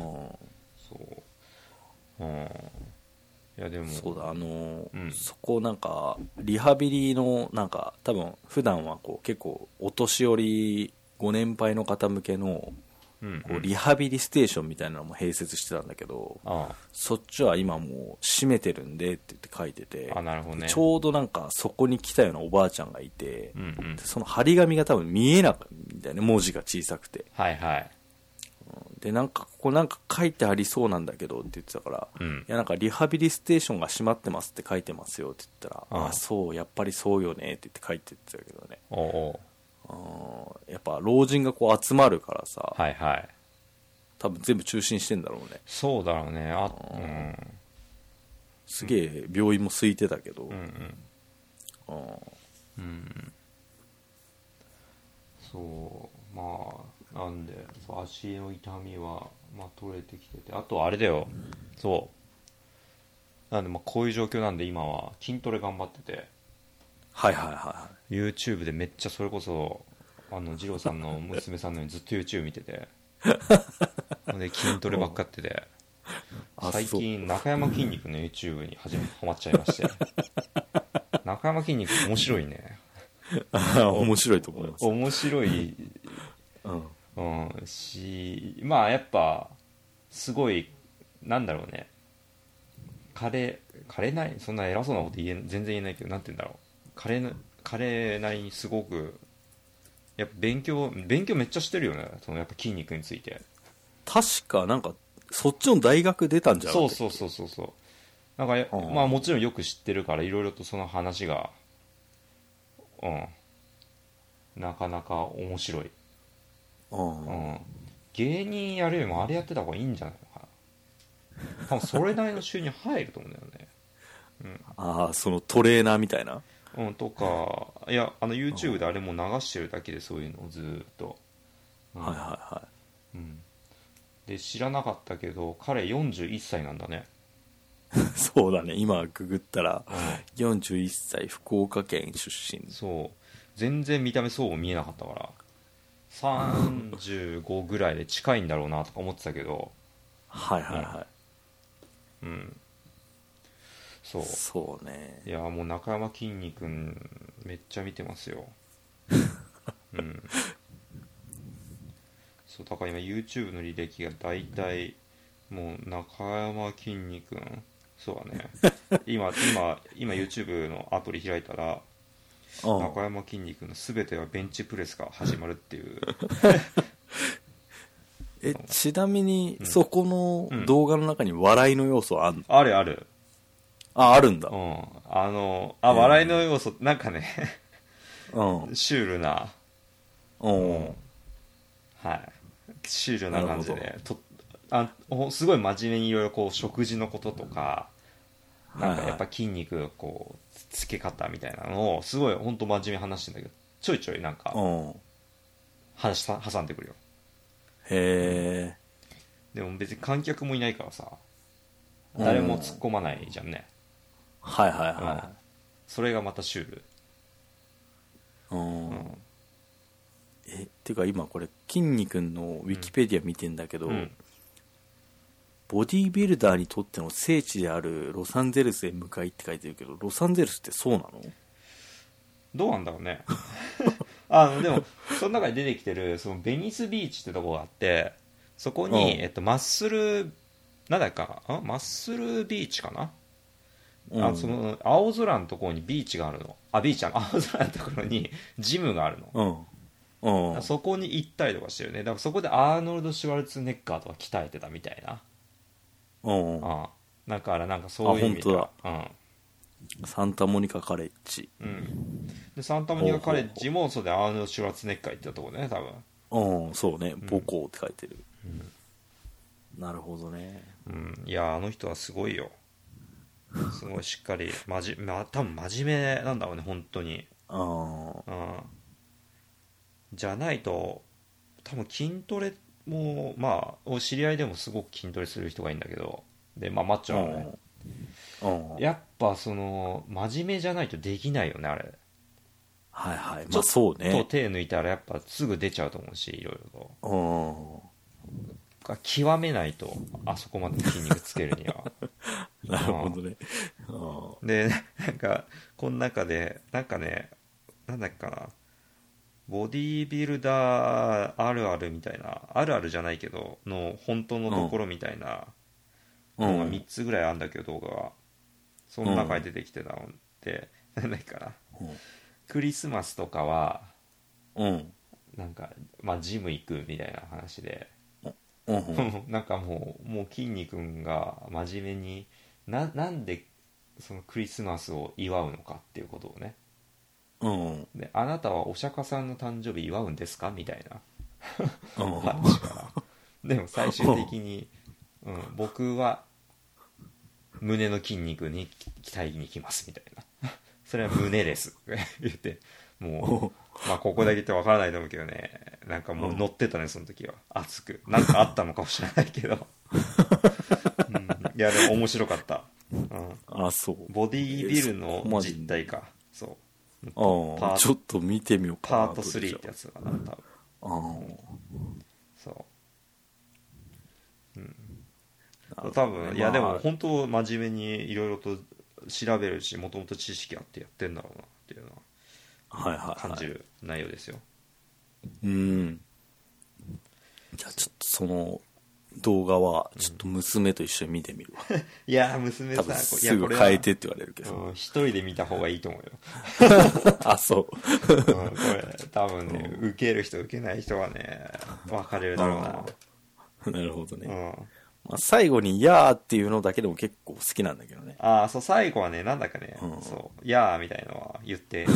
Speaker 2: そう、うん、いやでも
Speaker 1: そうだあのー、
Speaker 2: うん
Speaker 1: そこなんかリハビリのなんか多分普段はこう結構お年寄りご年配の方向けの
Speaker 2: うんうん
Speaker 1: こうリハビリステーションみたいなのも併設してたんだけど、
Speaker 2: あ
Speaker 1: そっちは今もう閉めてるんでって言って書いてて
Speaker 2: ああなるほどね
Speaker 1: ちょうどなんかそこに来たようなおばあちゃんがいて、
Speaker 2: うんうん
Speaker 1: でその張り紙が多分見えなかったんだよね文字が小さくて
Speaker 2: はいはい
Speaker 1: でなんかここなんか書いてありそうなんだけどって言ってたから、
Speaker 2: うん
Speaker 1: いやなんかリハビリステーションが閉まってますって書いてますよって言ったら、
Speaker 2: うん
Speaker 1: あそう、やっぱりそうよねって言って書いてってたけどね、
Speaker 2: おうおう
Speaker 1: うん、やっぱ老人がこう集まるからさ、
Speaker 2: はいはい
Speaker 1: 多分全部中止にしてんだろうね、
Speaker 2: そうだろうねあうん
Speaker 1: すげえ病院も空いてたけど、
Speaker 2: うんうん
Speaker 1: うん
Speaker 2: うんそうまあなんでそう足の痛みは、まあ、取れてきててあとあれだよそうなんでまあこういう状況なんで今は筋トレ頑張ってて
Speaker 1: はいはいはいは
Speaker 2: YouTube でめっちゃそれこそあの二郎さんの娘さんのようにずっと YouTube 見ててで筋トレばっかやってて
Speaker 1: あ
Speaker 2: 最近中山筋肉の YouTube に始めハマっちゃいまして中山筋肉面白いね
Speaker 1: い、 [LAUGHS] 面白いと思います、
Speaker 2: 面白い、
Speaker 1: うん、
Speaker 2: うん、しまあやっぱすごいなんだろうね枯れ枯れないそんな偉そうなこと言え全然言えないけどなんて言うんだろう枯れな枯れないにすごくやっぱ勉強勉強めっちゃしてるよねそのやっぱ筋肉について
Speaker 1: 確かなんかそっちの大学出たんじゃな
Speaker 2: そう
Speaker 1: う
Speaker 2: そうそうそうそうなんかや
Speaker 1: うん
Speaker 2: まあもちろんよく知ってるからいろいろとその話がうんなかなか面白い
Speaker 1: うん、
Speaker 2: うん、芸人やるよりもあれやってた方がいいんじゃないのかな多分それなりの収入入ると思うんだよね
Speaker 1: ああそのトレーナーみたいな
Speaker 2: うんとかいやあの YouTube であれも流してるだけでそういうのをずーっと、うん
Speaker 1: はいはいは
Speaker 2: うん、で知らなかったけど彼41歳なんだね
Speaker 1: いそうだね今ググったら41歳福岡県出身
Speaker 2: そう全然見た目そうも見えなかったから35ぐらいで近いんだろうなとか思ってたけど
Speaker 1: はいはいは
Speaker 2: うんそう
Speaker 1: いそうね
Speaker 2: いやもう中山きんに君めっちゃ見てま
Speaker 1: [LAUGHS]
Speaker 2: すようんそうだから今 YouTube の履歴が大体もう中山きんに君そ
Speaker 1: [LAUGHS]
Speaker 2: うだね今今今 YouTube のアプリ開いたら
Speaker 1: うん
Speaker 2: 中山きんに君の全てはベンチプレスから始まるっていう
Speaker 1: えちなみに
Speaker 2: うん
Speaker 1: そこ
Speaker 2: う
Speaker 1: の
Speaker 2: ん
Speaker 1: 動画の中に笑いの要素あんの
Speaker 2: あるある
Speaker 1: ああるんだ
Speaker 2: うんあのあ
Speaker 1: うん
Speaker 2: 笑いの要素なんかね [LAUGHS]
Speaker 1: うん
Speaker 2: シュールな
Speaker 1: うん
Speaker 2: はいシュールな感じ
Speaker 1: な
Speaker 2: でとあおすごい真面目にいろいろこう食事のこととかなんかやっぱ筋肉こうつけ方みたいなのをすごい本当真面目に話してんだけどちょいちょいなんか
Speaker 1: うんへ
Speaker 2: 話した挟んでくるよ
Speaker 1: え
Speaker 2: でも別に観客もいないからさ
Speaker 1: うん
Speaker 2: 誰も突っ込まないじゃんね、
Speaker 1: はいはい
Speaker 2: うん
Speaker 1: は
Speaker 2: それがまたシュール、
Speaker 1: いうん、
Speaker 2: うん
Speaker 1: えっていうか今これきんに君のウィキペディア見てんだけど、
Speaker 2: うん
Speaker 1: ボディービルダーにとっての聖地であるロサンゼルスへ向かいって書いてるけどロサンゼルスってそうなの
Speaker 2: どうなんだろう
Speaker 1: [LAUGHS]
Speaker 2: ねあのでもその中に出てきてるそのベニスビーチってとこがあってそこに、
Speaker 1: うん
Speaker 2: えっと、マッスルなんだっけかなあマッスルビーチかな、あその青空のところにビーチがあるのあビーチじゃん青空のところにジムがあるの
Speaker 1: うんうんうん
Speaker 2: そこに行ったりとかしてるねだからそこでアーノルド・シュワルツェネッガーとか鍛えてたみたいな
Speaker 1: うん
Speaker 2: ああだからなんかそういう意味で
Speaker 1: あサンタモニカカレッジ
Speaker 2: うん、うん、でサンタモニカカレッジもそうでアーノルド・シュワルツェネッガー行ってたとこね多分
Speaker 1: うんそうね母校って書いてる、なるほどね
Speaker 2: うん、いやあの人はすごいよすごいしっかりまじ、まあ、多分真面目なんだろうね本当に
Speaker 1: うん
Speaker 2: うんじゃないと多分筋トレもまあお知り合いでもすごく筋トレする人がいいんだけどでまあマッチョなのね
Speaker 1: うんうん
Speaker 2: やっぱその真面目じゃないとできないよねあれ
Speaker 1: はいはい
Speaker 2: ち
Speaker 1: ま
Speaker 2: ょ
Speaker 1: あ
Speaker 2: っ
Speaker 1: そう
Speaker 2: と
Speaker 1: ね
Speaker 2: 手抜いたらやっぱすぐ出ちゃうと思うしいろいろと
Speaker 1: うん
Speaker 2: が極めないとあそこまで筋肉つけるには
Speaker 1: なるほどねうん
Speaker 2: でなんかこの中でなんかねなんだっけかなボディービルダーあるあるみたいなあるあるじゃないけどの本当のところみたいなのが
Speaker 1: うん
Speaker 2: 3つぐらいあるんだけど動画がその中に出てきてたので、なんだっけかな
Speaker 1: うん
Speaker 2: クリスマスとかは
Speaker 1: うん
Speaker 2: なんか、まあ、ジム行くみたいな話で、
Speaker 1: うんうん
Speaker 2: [LAUGHS] なんかもうもう筋肉君が真面目にななんでそのクリスマスを祝うのかっていうことをね
Speaker 1: うん
Speaker 2: であなたはお釈迦さんの誕生日祝うんですかみたいな
Speaker 1: うん
Speaker 2: 話からでも最終的に、うん、僕は胸の筋肉に鍛えに来ますみたいな [LAUGHS] それは胸です [LAUGHS] 言ってもう、まあ、ここだけ言ってわからないと思うけどねなんかもう乗ってたねその時は熱くなんかあったのかもしれないけ [LAUGHS] ど、うん、いやでも面白かった、うん、
Speaker 1: あそう
Speaker 2: ボディービルの
Speaker 1: えそこまで
Speaker 2: 実態かそう
Speaker 1: あ
Speaker 2: パ
Speaker 1: あ
Speaker 2: ー
Speaker 1: ちょっと見てみようか
Speaker 2: パ
Speaker 1: な
Speaker 2: ート3ってやつかな多分
Speaker 1: ああ
Speaker 2: そう多分いやで
Speaker 1: ま
Speaker 2: も
Speaker 1: あ
Speaker 2: 本当真面目にいろいろと調べるしもともと知識あってやってんだろうなっていうの
Speaker 1: はい
Speaker 2: は
Speaker 1: はい
Speaker 2: 感
Speaker 1: は
Speaker 2: じ
Speaker 1: い
Speaker 2: る内容ですよ、
Speaker 1: うんじゃあちょっとその動画はちょっと娘と一緒に見てみるわ、
Speaker 2: い、やー娘さ
Speaker 1: 多
Speaker 2: んこ
Speaker 1: 分
Speaker 2: いや
Speaker 1: す
Speaker 2: こ
Speaker 1: ぐ
Speaker 2: れ
Speaker 1: 変えてって言われるけ
Speaker 2: は
Speaker 1: ど、
Speaker 2: うん一人で見た方がいいと思うよ、
Speaker 1: [LAUGHS] あそう
Speaker 2: うん、これ多分ね受ける人受けない人はね分かれるだろう
Speaker 1: [LAUGHS]
Speaker 2: な
Speaker 1: なるほどね、
Speaker 2: う
Speaker 1: ま
Speaker 2: ん
Speaker 1: あ、最後に「やー」っていうのだけでも結構好きなんだけどね
Speaker 2: ああそう最後はねなんだかね、
Speaker 1: うん
Speaker 2: そう「いやー」みたいのは言
Speaker 1: [LAUGHS]
Speaker 2: って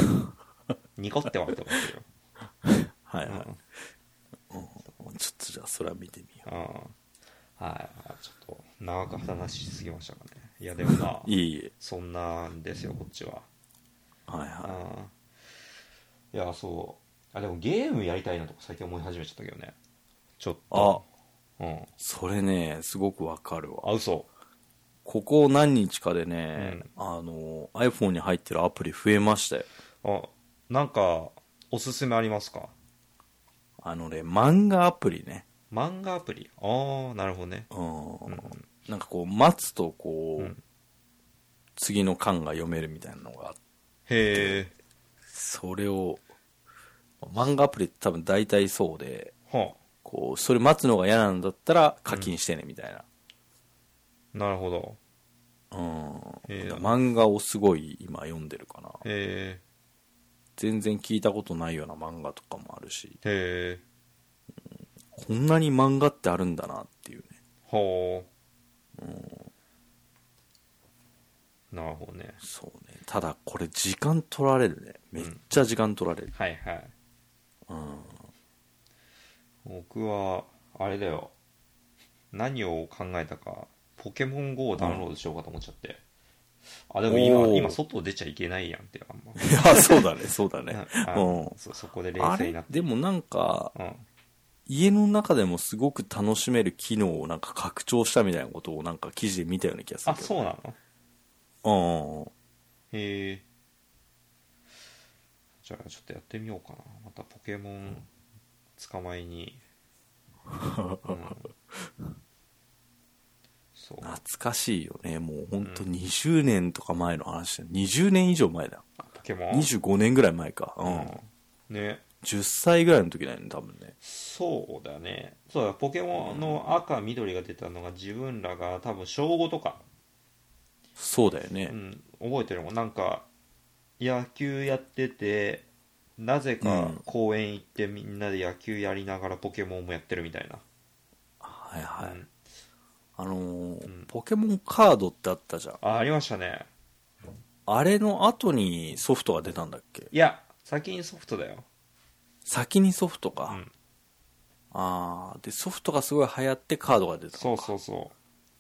Speaker 2: ニコって笑うと思うよ
Speaker 1: はいはい、
Speaker 2: うん
Speaker 1: うんちょっとじゃあそれは見てみよ
Speaker 2: うんはい、ちょっと長く話しすぎましたかね。いや、でもまあ
Speaker 1: う、いえいえ
Speaker 2: そんなんですよ、こっちは。
Speaker 1: はいうは
Speaker 2: ん。いや、そう。あ、でもゲームやりたいなとか最近思い始めちゃったけどね。ちょっ
Speaker 1: いあ
Speaker 2: と。うん。
Speaker 1: それねすごくわかるわ
Speaker 2: あ、嘘。
Speaker 1: ここ何日かでね、あの iPhone に入ってるアプリ増えましたよ
Speaker 2: あ、なんか、おすすめありますか
Speaker 1: あのね漫画アプリね
Speaker 2: 漫画アプリ。ああ、なるほどね。
Speaker 1: うん、
Speaker 2: ん
Speaker 1: なんかこう待つとこう、
Speaker 2: うん
Speaker 1: 次の巻が読めるみたいなのがあって
Speaker 2: へえ。
Speaker 1: それを漫画アプリって多分大体そうで
Speaker 2: は
Speaker 1: こうそれ待つのが嫌なんだったら課金してねみたいな、
Speaker 2: あ、なるほど。
Speaker 1: うん
Speaker 2: ええ
Speaker 1: だから漫画をすごい今読んでるかな
Speaker 2: へ
Speaker 1: 全然聞いたことないような漫画とかもあるし
Speaker 2: え。へえ。
Speaker 1: こんなに漫画ってあるんだなっていうね
Speaker 2: ほう。なるほどね。
Speaker 1: そうねただこれ時間取られるねめっちゃ時間取られる、
Speaker 2: はいはい
Speaker 1: うん、
Speaker 2: 僕はあれだよ何を考えたかポケモン GO をダウンロードしようかと思っちゃって、あでも
Speaker 1: おー
Speaker 2: 今今外出ちゃいけないやんってあんま
Speaker 1: [LAUGHS] いやそうだねそうだね
Speaker 2: [LAUGHS] なあ
Speaker 1: うん
Speaker 2: そそこで冷
Speaker 1: あ
Speaker 2: 静に
Speaker 1: れ
Speaker 2: なって
Speaker 1: でもなんか
Speaker 2: うん、
Speaker 1: 家の中でもすごく楽しめる機能をなんか拡張したみたいなことをなんか記事で見たような気がする
Speaker 2: あ
Speaker 1: けど
Speaker 2: そうなの
Speaker 1: うん
Speaker 2: へえじゃあちょっとやってみようかなまたポケモン捕まえ
Speaker 1: [LAUGHS]
Speaker 2: に、うんそう
Speaker 1: 懐かしいよねもうほんと20年とか前の話だよ20年以上前だ
Speaker 2: ポケモン
Speaker 1: 25年ぐらい前か、うん
Speaker 2: うんね
Speaker 1: 10歳ぐらいの時だよね多分ね
Speaker 2: そうだねそうだポケモンの赤緑が出たのが自分らが多分小5とか、
Speaker 1: そうだよ
Speaker 2: う
Speaker 1: ね、
Speaker 2: ん、覚えてるもんなんか野球やっててなぜ
Speaker 1: う
Speaker 2: か
Speaker 1: ん
Speaker 2: 公園行ってみんなで野球やりながらポケモンもやってるみたいな、
Speaker 1: はいはい、
Speaker 2: うん
Speaker 1: あのー
Speaker 2: ん
Speaker 1: ポケモンカードってあったじゃん
Speaker 2: あありましたね
Speaker 1: あれの後にソフトが出たんだっけ
Speaker 2: いや先にソフトだよ
Speaker 1: 先にソフトか、
Speaker 2: うん
Speaker 1: ああでソフトがすごい流行ってカードが出た
Speaker 2: そうそうそ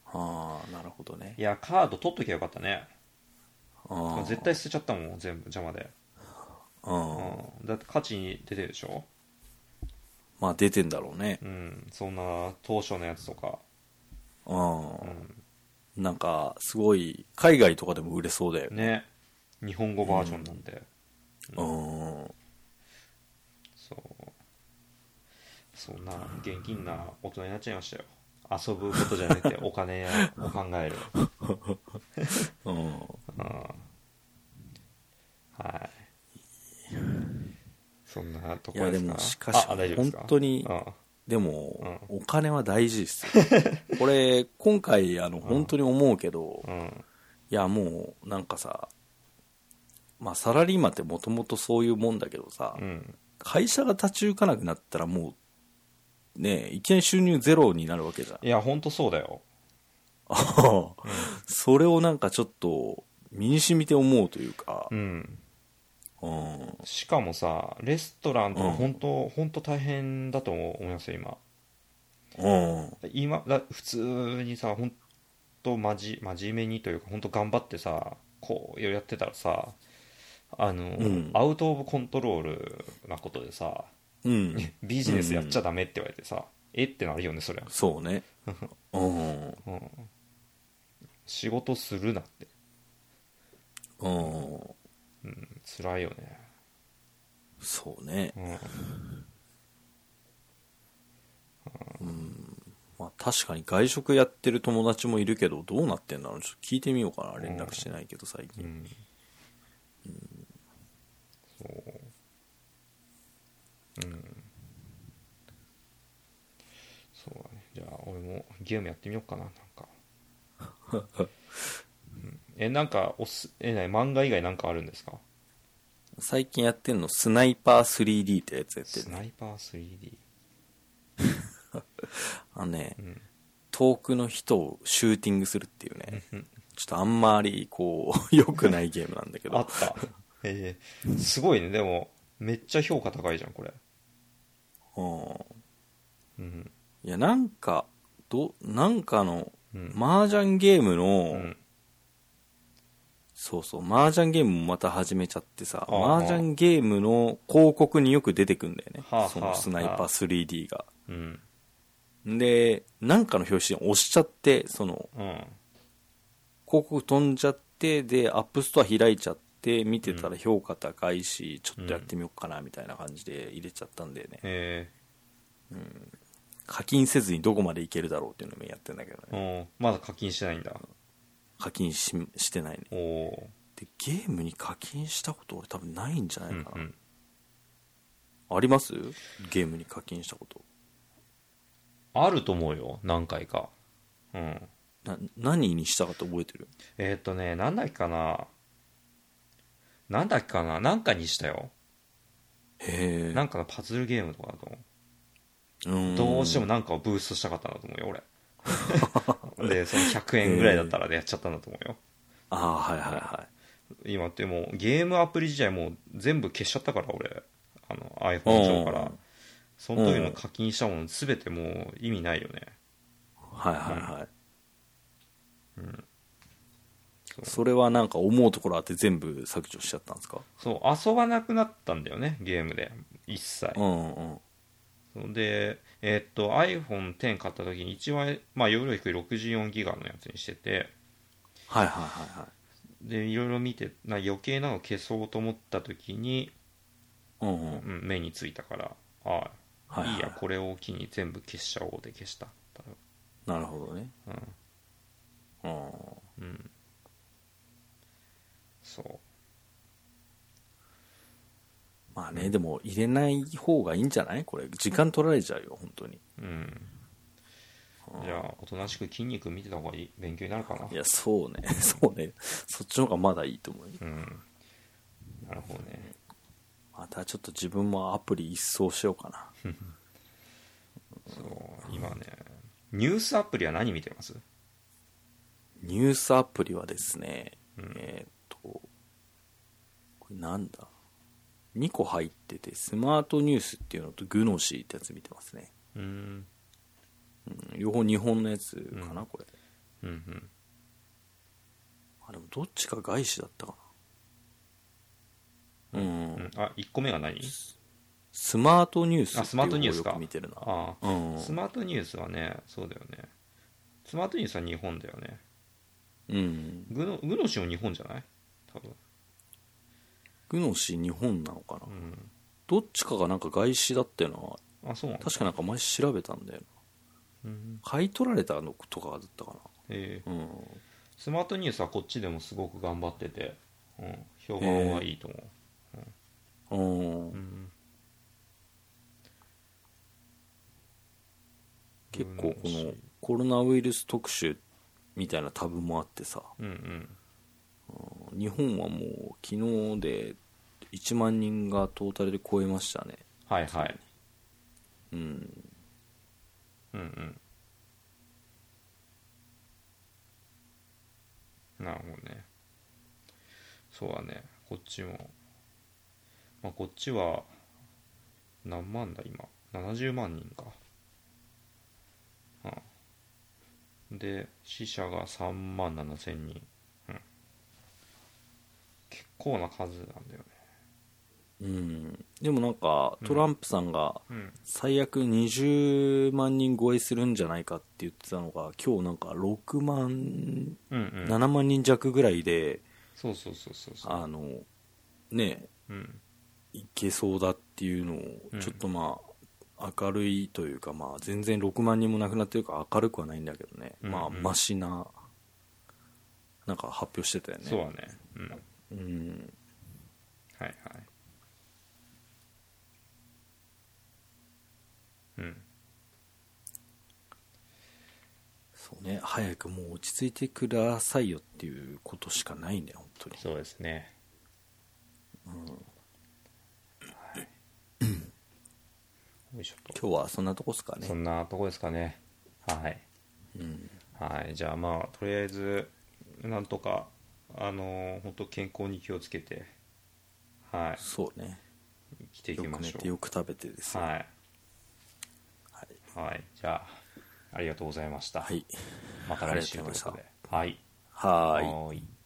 Speaker 1: ああなるほどね
Speaker 2: ういやカード取っときゃよかったね
Speaker 1: ああ
Speaker 2: 絶対捨てちゃったもん全部邪魔で、
Speaker 1: うん
Speaker 2: うん、だって価値に出てるでしょ
Speaker 1: まあ出てんだろうね
Speaker 2: うんそんな当初のやつとか
Speaker 1: うん、
Speaker 2: ん
Speaker 1: なんかすごい海外とかでも売れそうだよね
Speaker 2: ね日本語バージョンなんで、
Speaker 1: うん
Speaker 2: そうそんな現金な大人になっちゃいましたよ遊ぶことじゃな
Speaker 1: [LAUGHS]
Speaker 2: くてお金を考える
Speaker 1: うん
Speaker 2: うんはいそんなとこ
Speaker 1: いや
Speaker 2: ろですか
Speaker 1: でもしかし
Speaker 2: ああ大丈夫ですか
Speaker 1: 本当に
Speaker 2: うん
Speaker 1: でも、お金は大事です
Speaker 2: [LAUGHS]
Speaker 1: よこれ今回あの本当に思うけど、い
Speaker 2: うん
Speaker 1: やもうなんかさまあサラリーマンってもともとそういうもんだけどさ、
Speaker 2: うん
Speaker 1: 会社が立ち行かなくなったらもうねえいきなり収入ゼロになるわけじゃん
Speaker 2: いや本当そうだよ
Speaker 1: [LAUGHS] それをなんかちょっと身に染みて思うというか
Speaker 2: う、ん
Speaker 1: うん、
Speaker 2: しかもさレストランとか
Speaker 1: うん
Speaker 2: 本当、本当大変だと思いますよ今
Speaker 1: うん、
Speaker 2: 今だ普通にさ本当まじ真面目にというか本当頑張ってさこうやってたらさあの、
Speaker 1: うん
Speaker 2: アウト・オブ・コントロールなことでさ [LAUGHS]
Speaker 1: うん、
Speaker 2: ビジネスやっちゃダメって言われてさ、えってなるよねそりゃ、
Speaker 1: そう
Speaker 2: [LAUGHS]
Speaker 1: ね、うん、
Speaker 2: うん、仕事するなって、
Speaker 1: うん、
Speaker 2: うん、辛いよね
Speaker 1: そうね、
Speaker 2: うん
Speaker 1: まあ、確かに外食やってる友達もいるけどどうなってんだろうちょっと聞いてみようかな連絡してないけど最
Speaker 2: う
Speaker 1: 近、
Speaker 2: んそううんそうだねじゃあ俺もゲームやってみようかななん [LAUGHS] か、うんえなんかおすえなに漫画以外なんかあるんですか
Speaker 1: 最近やってんのスナイパー 3D ってやつやって
Speaker 2: ス
Speaker 1: るね
Speaker 2: ナイパー 3D
Speaker 1: あのね、
Speaker 2: ん
Speaker 1: 遠くの人をシューティングするっていうね
Speaker 2: うん
Speaker 1: ちょっとあんまりこう [LAUGHS] 良くないゲームなんだけど
Speaker 2: あったえーすごいねでもめっちゃ評価高いじゃんこれ
Speaker 1: うん
Speaker 2: うん
Speaker 1: いや、なんか、ど、なんかの、
Speaker 2: うん
Speaker 1: 麻雀ゲーム
Speaker 2: う
Speaker 1: の、
Speaker 2: ん
Speaker 1: そうそう、麻雀ゲームもまた始めちゃってさ、
Speaker 2: ああ
Speaker 1: 麻雀ゲームの広告によく出てくんだよね。
Speaker 2: はあ
Speaker 1: そのスナイパー 3D が。
Speaker 2: うん
Speaker 1: で、なんかの表紙に押しちゃって、その、
Speaker 2: うん
Speaker 1: 広告飛んじゃって、で、アップストア開いちゃって、見てたら評価高いし、ちょっとやってみようかな、みたいな感じで入れちゃったんだよね。
Speaker 2: え
Speaker 1: 課金せずにどこまでいけるだろうっていうのもやってんだけど
Speaker 2: ー
Speaker 1: ね。
Speaker 2: うんまだ課金してないんだ
Speaker 1: 課金し、してないね。
Speaker 2: おお
Speaker 1: でゲームに課金したこと俺多分ないんじゃな
Speaker 2: ーう
Speaker 1: い
Speaker 2: ん
Speaker 1: かな、
Speaker 2: うん
Speaker 1: ありますゲームに課金したこと
Speaker 2: あると思うよ何回かうん
Speaker 1: な何にしたかって覚えてる
Speaker 2: えーっ、とね何だっけかな何だっけかな何かにしたよ
Speaker 1: へ
Speaker 2: なんかのパズルゲームとかだと思
Speaker 1: え
Speaker 2: うどうしても何かをブーストしたかったんだと思うよ
Speaker 1: [LAUGHS]
Speaker 2: 俺でその100円ぐらいだったらねやっちゃったんだと思うよ
Speaker 1: ああはいはいはい
Speaker 2: 今でもゲームアプリ自体もう全部消しちゃったから俺あの iPhone 上か
Speaker 1: う
Speaker 2: ら
Speaker 1: ん
Speaker 2: その時の課金したもの全てもう意味ないよね
Speaker 1: はいはいはい、
Speaker 2: そう
Speaker 1: それはなんか思うところあって全部削除しちゃったんですか
Speaker 2: そう遊ばなくなったんだよねゲームで一切
Speaker 1: うんうん
Speaker 2: そうでえーっと iPhone10 買った時に一番まあ容量低い64ギガのやつにしてて
Speaker 1: はいはいはいはい
Speaker 2: でいろいろ見てな余計なの消そうと思った時に、
Speaker 1: うんうん
Speaker 2: うん、目についたからあ
Speaker 1: は
Speaker 2: あ
Speaker 1: いはい
Speaker 2: いいやこれを機に全部消しちゃおうで消した
Speaker 1: なるほどね
Speaker 2: うん
Speaker 1: うん
Speaker 2: うんそう
Speaker 1: まあねでも入れない方がいいんじゃないこれ時間取られちゃうよ本当に
Speaker 2: うんじゃあおとなしく筋肉見てた方がいい勉強になるかない
Speaker 1: やそうね [LAUGHS] そうねそっちの方がまだいいと思うよ
Speaker 2: うんなるほどね
Speaker 1: またちょっと自分もアプリ一掃しようかな
Speaker 2: そう今ねニュースアプリは何見てます
Speaker 1: ニュースアプリはですね、えーっと、これなんだ ?2 個入ってて、スマートニュースっていうのとグノシーってやつ見てますね。
Speaker 2: うん
Speaker 1: うん両方日本のやつかな、これ。
Speaker 2: うんうん
Speaker 1: あ、でもどっちか外資だったかな。うん。
Speaker 2: うんあ1個目が何
Speaker 1: スマートニュース
Speaker 2: あスマートニュース
Speaker 1: っていう
Speaker 2: か
Speaker 1: 方をよく見てるな。
Speaker 2: ああ
Speaker 1: うん。
Speaker 2: スマートニュースはねそうだよねスマートニュースは日本だよね
Speaker 1: うん。
Speaker 2: グノグノシーも日本じゃない多分
Speaker 1: グノシー日本なのかな、
Speaker 2: ん
Speaker 1: どっちかがなんか外資だったよな。
Speaker 2: あそうなんだ
Speaker 1: 確かなんか前調べたんだよな。
Speaker 2: うん
Speaker 1: 買い取られたのとかだったか
Speaker 2: ええ
Speaker 1: な。うん。
Speaker 2: スマートニュースはこっちでもすごく頑張ってて、うん、評判はいいと思う、
Speaker 1: うん
Speaker 2: うん
Speaker 1: 結構このコロナウイルス特集みたいなタブもあってさ
Speaker 2: うんうん
Speaker 1: 日本はもう昨日で1万人がトータルで超えましたね
Speaker 2: はいはい
Speaker 1: うん
Speaker 2: うんうんなるほどねそうだねこっちもまあこっちは何万だ今70万人かうんで死者が3万7千人、うん、結構な数なんだよね
Speaker 1: うんでもなんかトランプさんが
Speaker 2: うん
Speaker 1: 最悪20万人超えするんじゃないかって言ってたのが今日なんか6万
Speaker 2: うんうん
Speaker 1: 7万人弱ぐらいで
Speaker 2: そうそうそうそうそう
Speaker 1: あのね
Speaker 2: うん
Speaker 1: いけそうだっていうの
Speaker 2: う
Speaker 1: を
Speaker 2: ん
Speaker 1: ちょっとまあ明るいというかまあ全然6万人もなくなってるから明るくはないんだけどね、
Speaker 2: うん
Speaker 1: まあ
Speaker 2: うん
Speaker 1: マシななんか発表してたよね
Speaker 2: そうだねうんは
Speaker 1: うん
Speaker 2: いはいうん
Speaker 1: そうね早くもう落ち着いてくださいよっていうことしかないね本当に
Speaker 2: そうですね。うん。よいしょっと。
Speaker 1: 今日はそんなとこっすかね
Speaker 2: そんなとこですかね。はい。
Speaker 1: うん
Speaker 2: はい。じゃあまあ、とりあえず、なんとか、あのー、本当健康に気をつけて、は
Speaker 1: そうね
Speaker 2: い。生きてい
Speaker 1: よ
Speaker 2: き
Speaker 1: く
Speaker 2: ま
Speaker 1: 寝
Speaker 2: してょ
Speaker 1: よく食べてです
Speaker 2: う。
Speaker 1: ね
Speaker 2: はい。
Speaker 1: はい、
Speaker 2: はい。じゃあ、ありがとうございました。
Speaker 1: はい、
Speaker 2: また来週
Speaker 1: ありがとうございました
Speaker 2: ということではい。
Speaker 1: はーい
Speaker 2: はーい。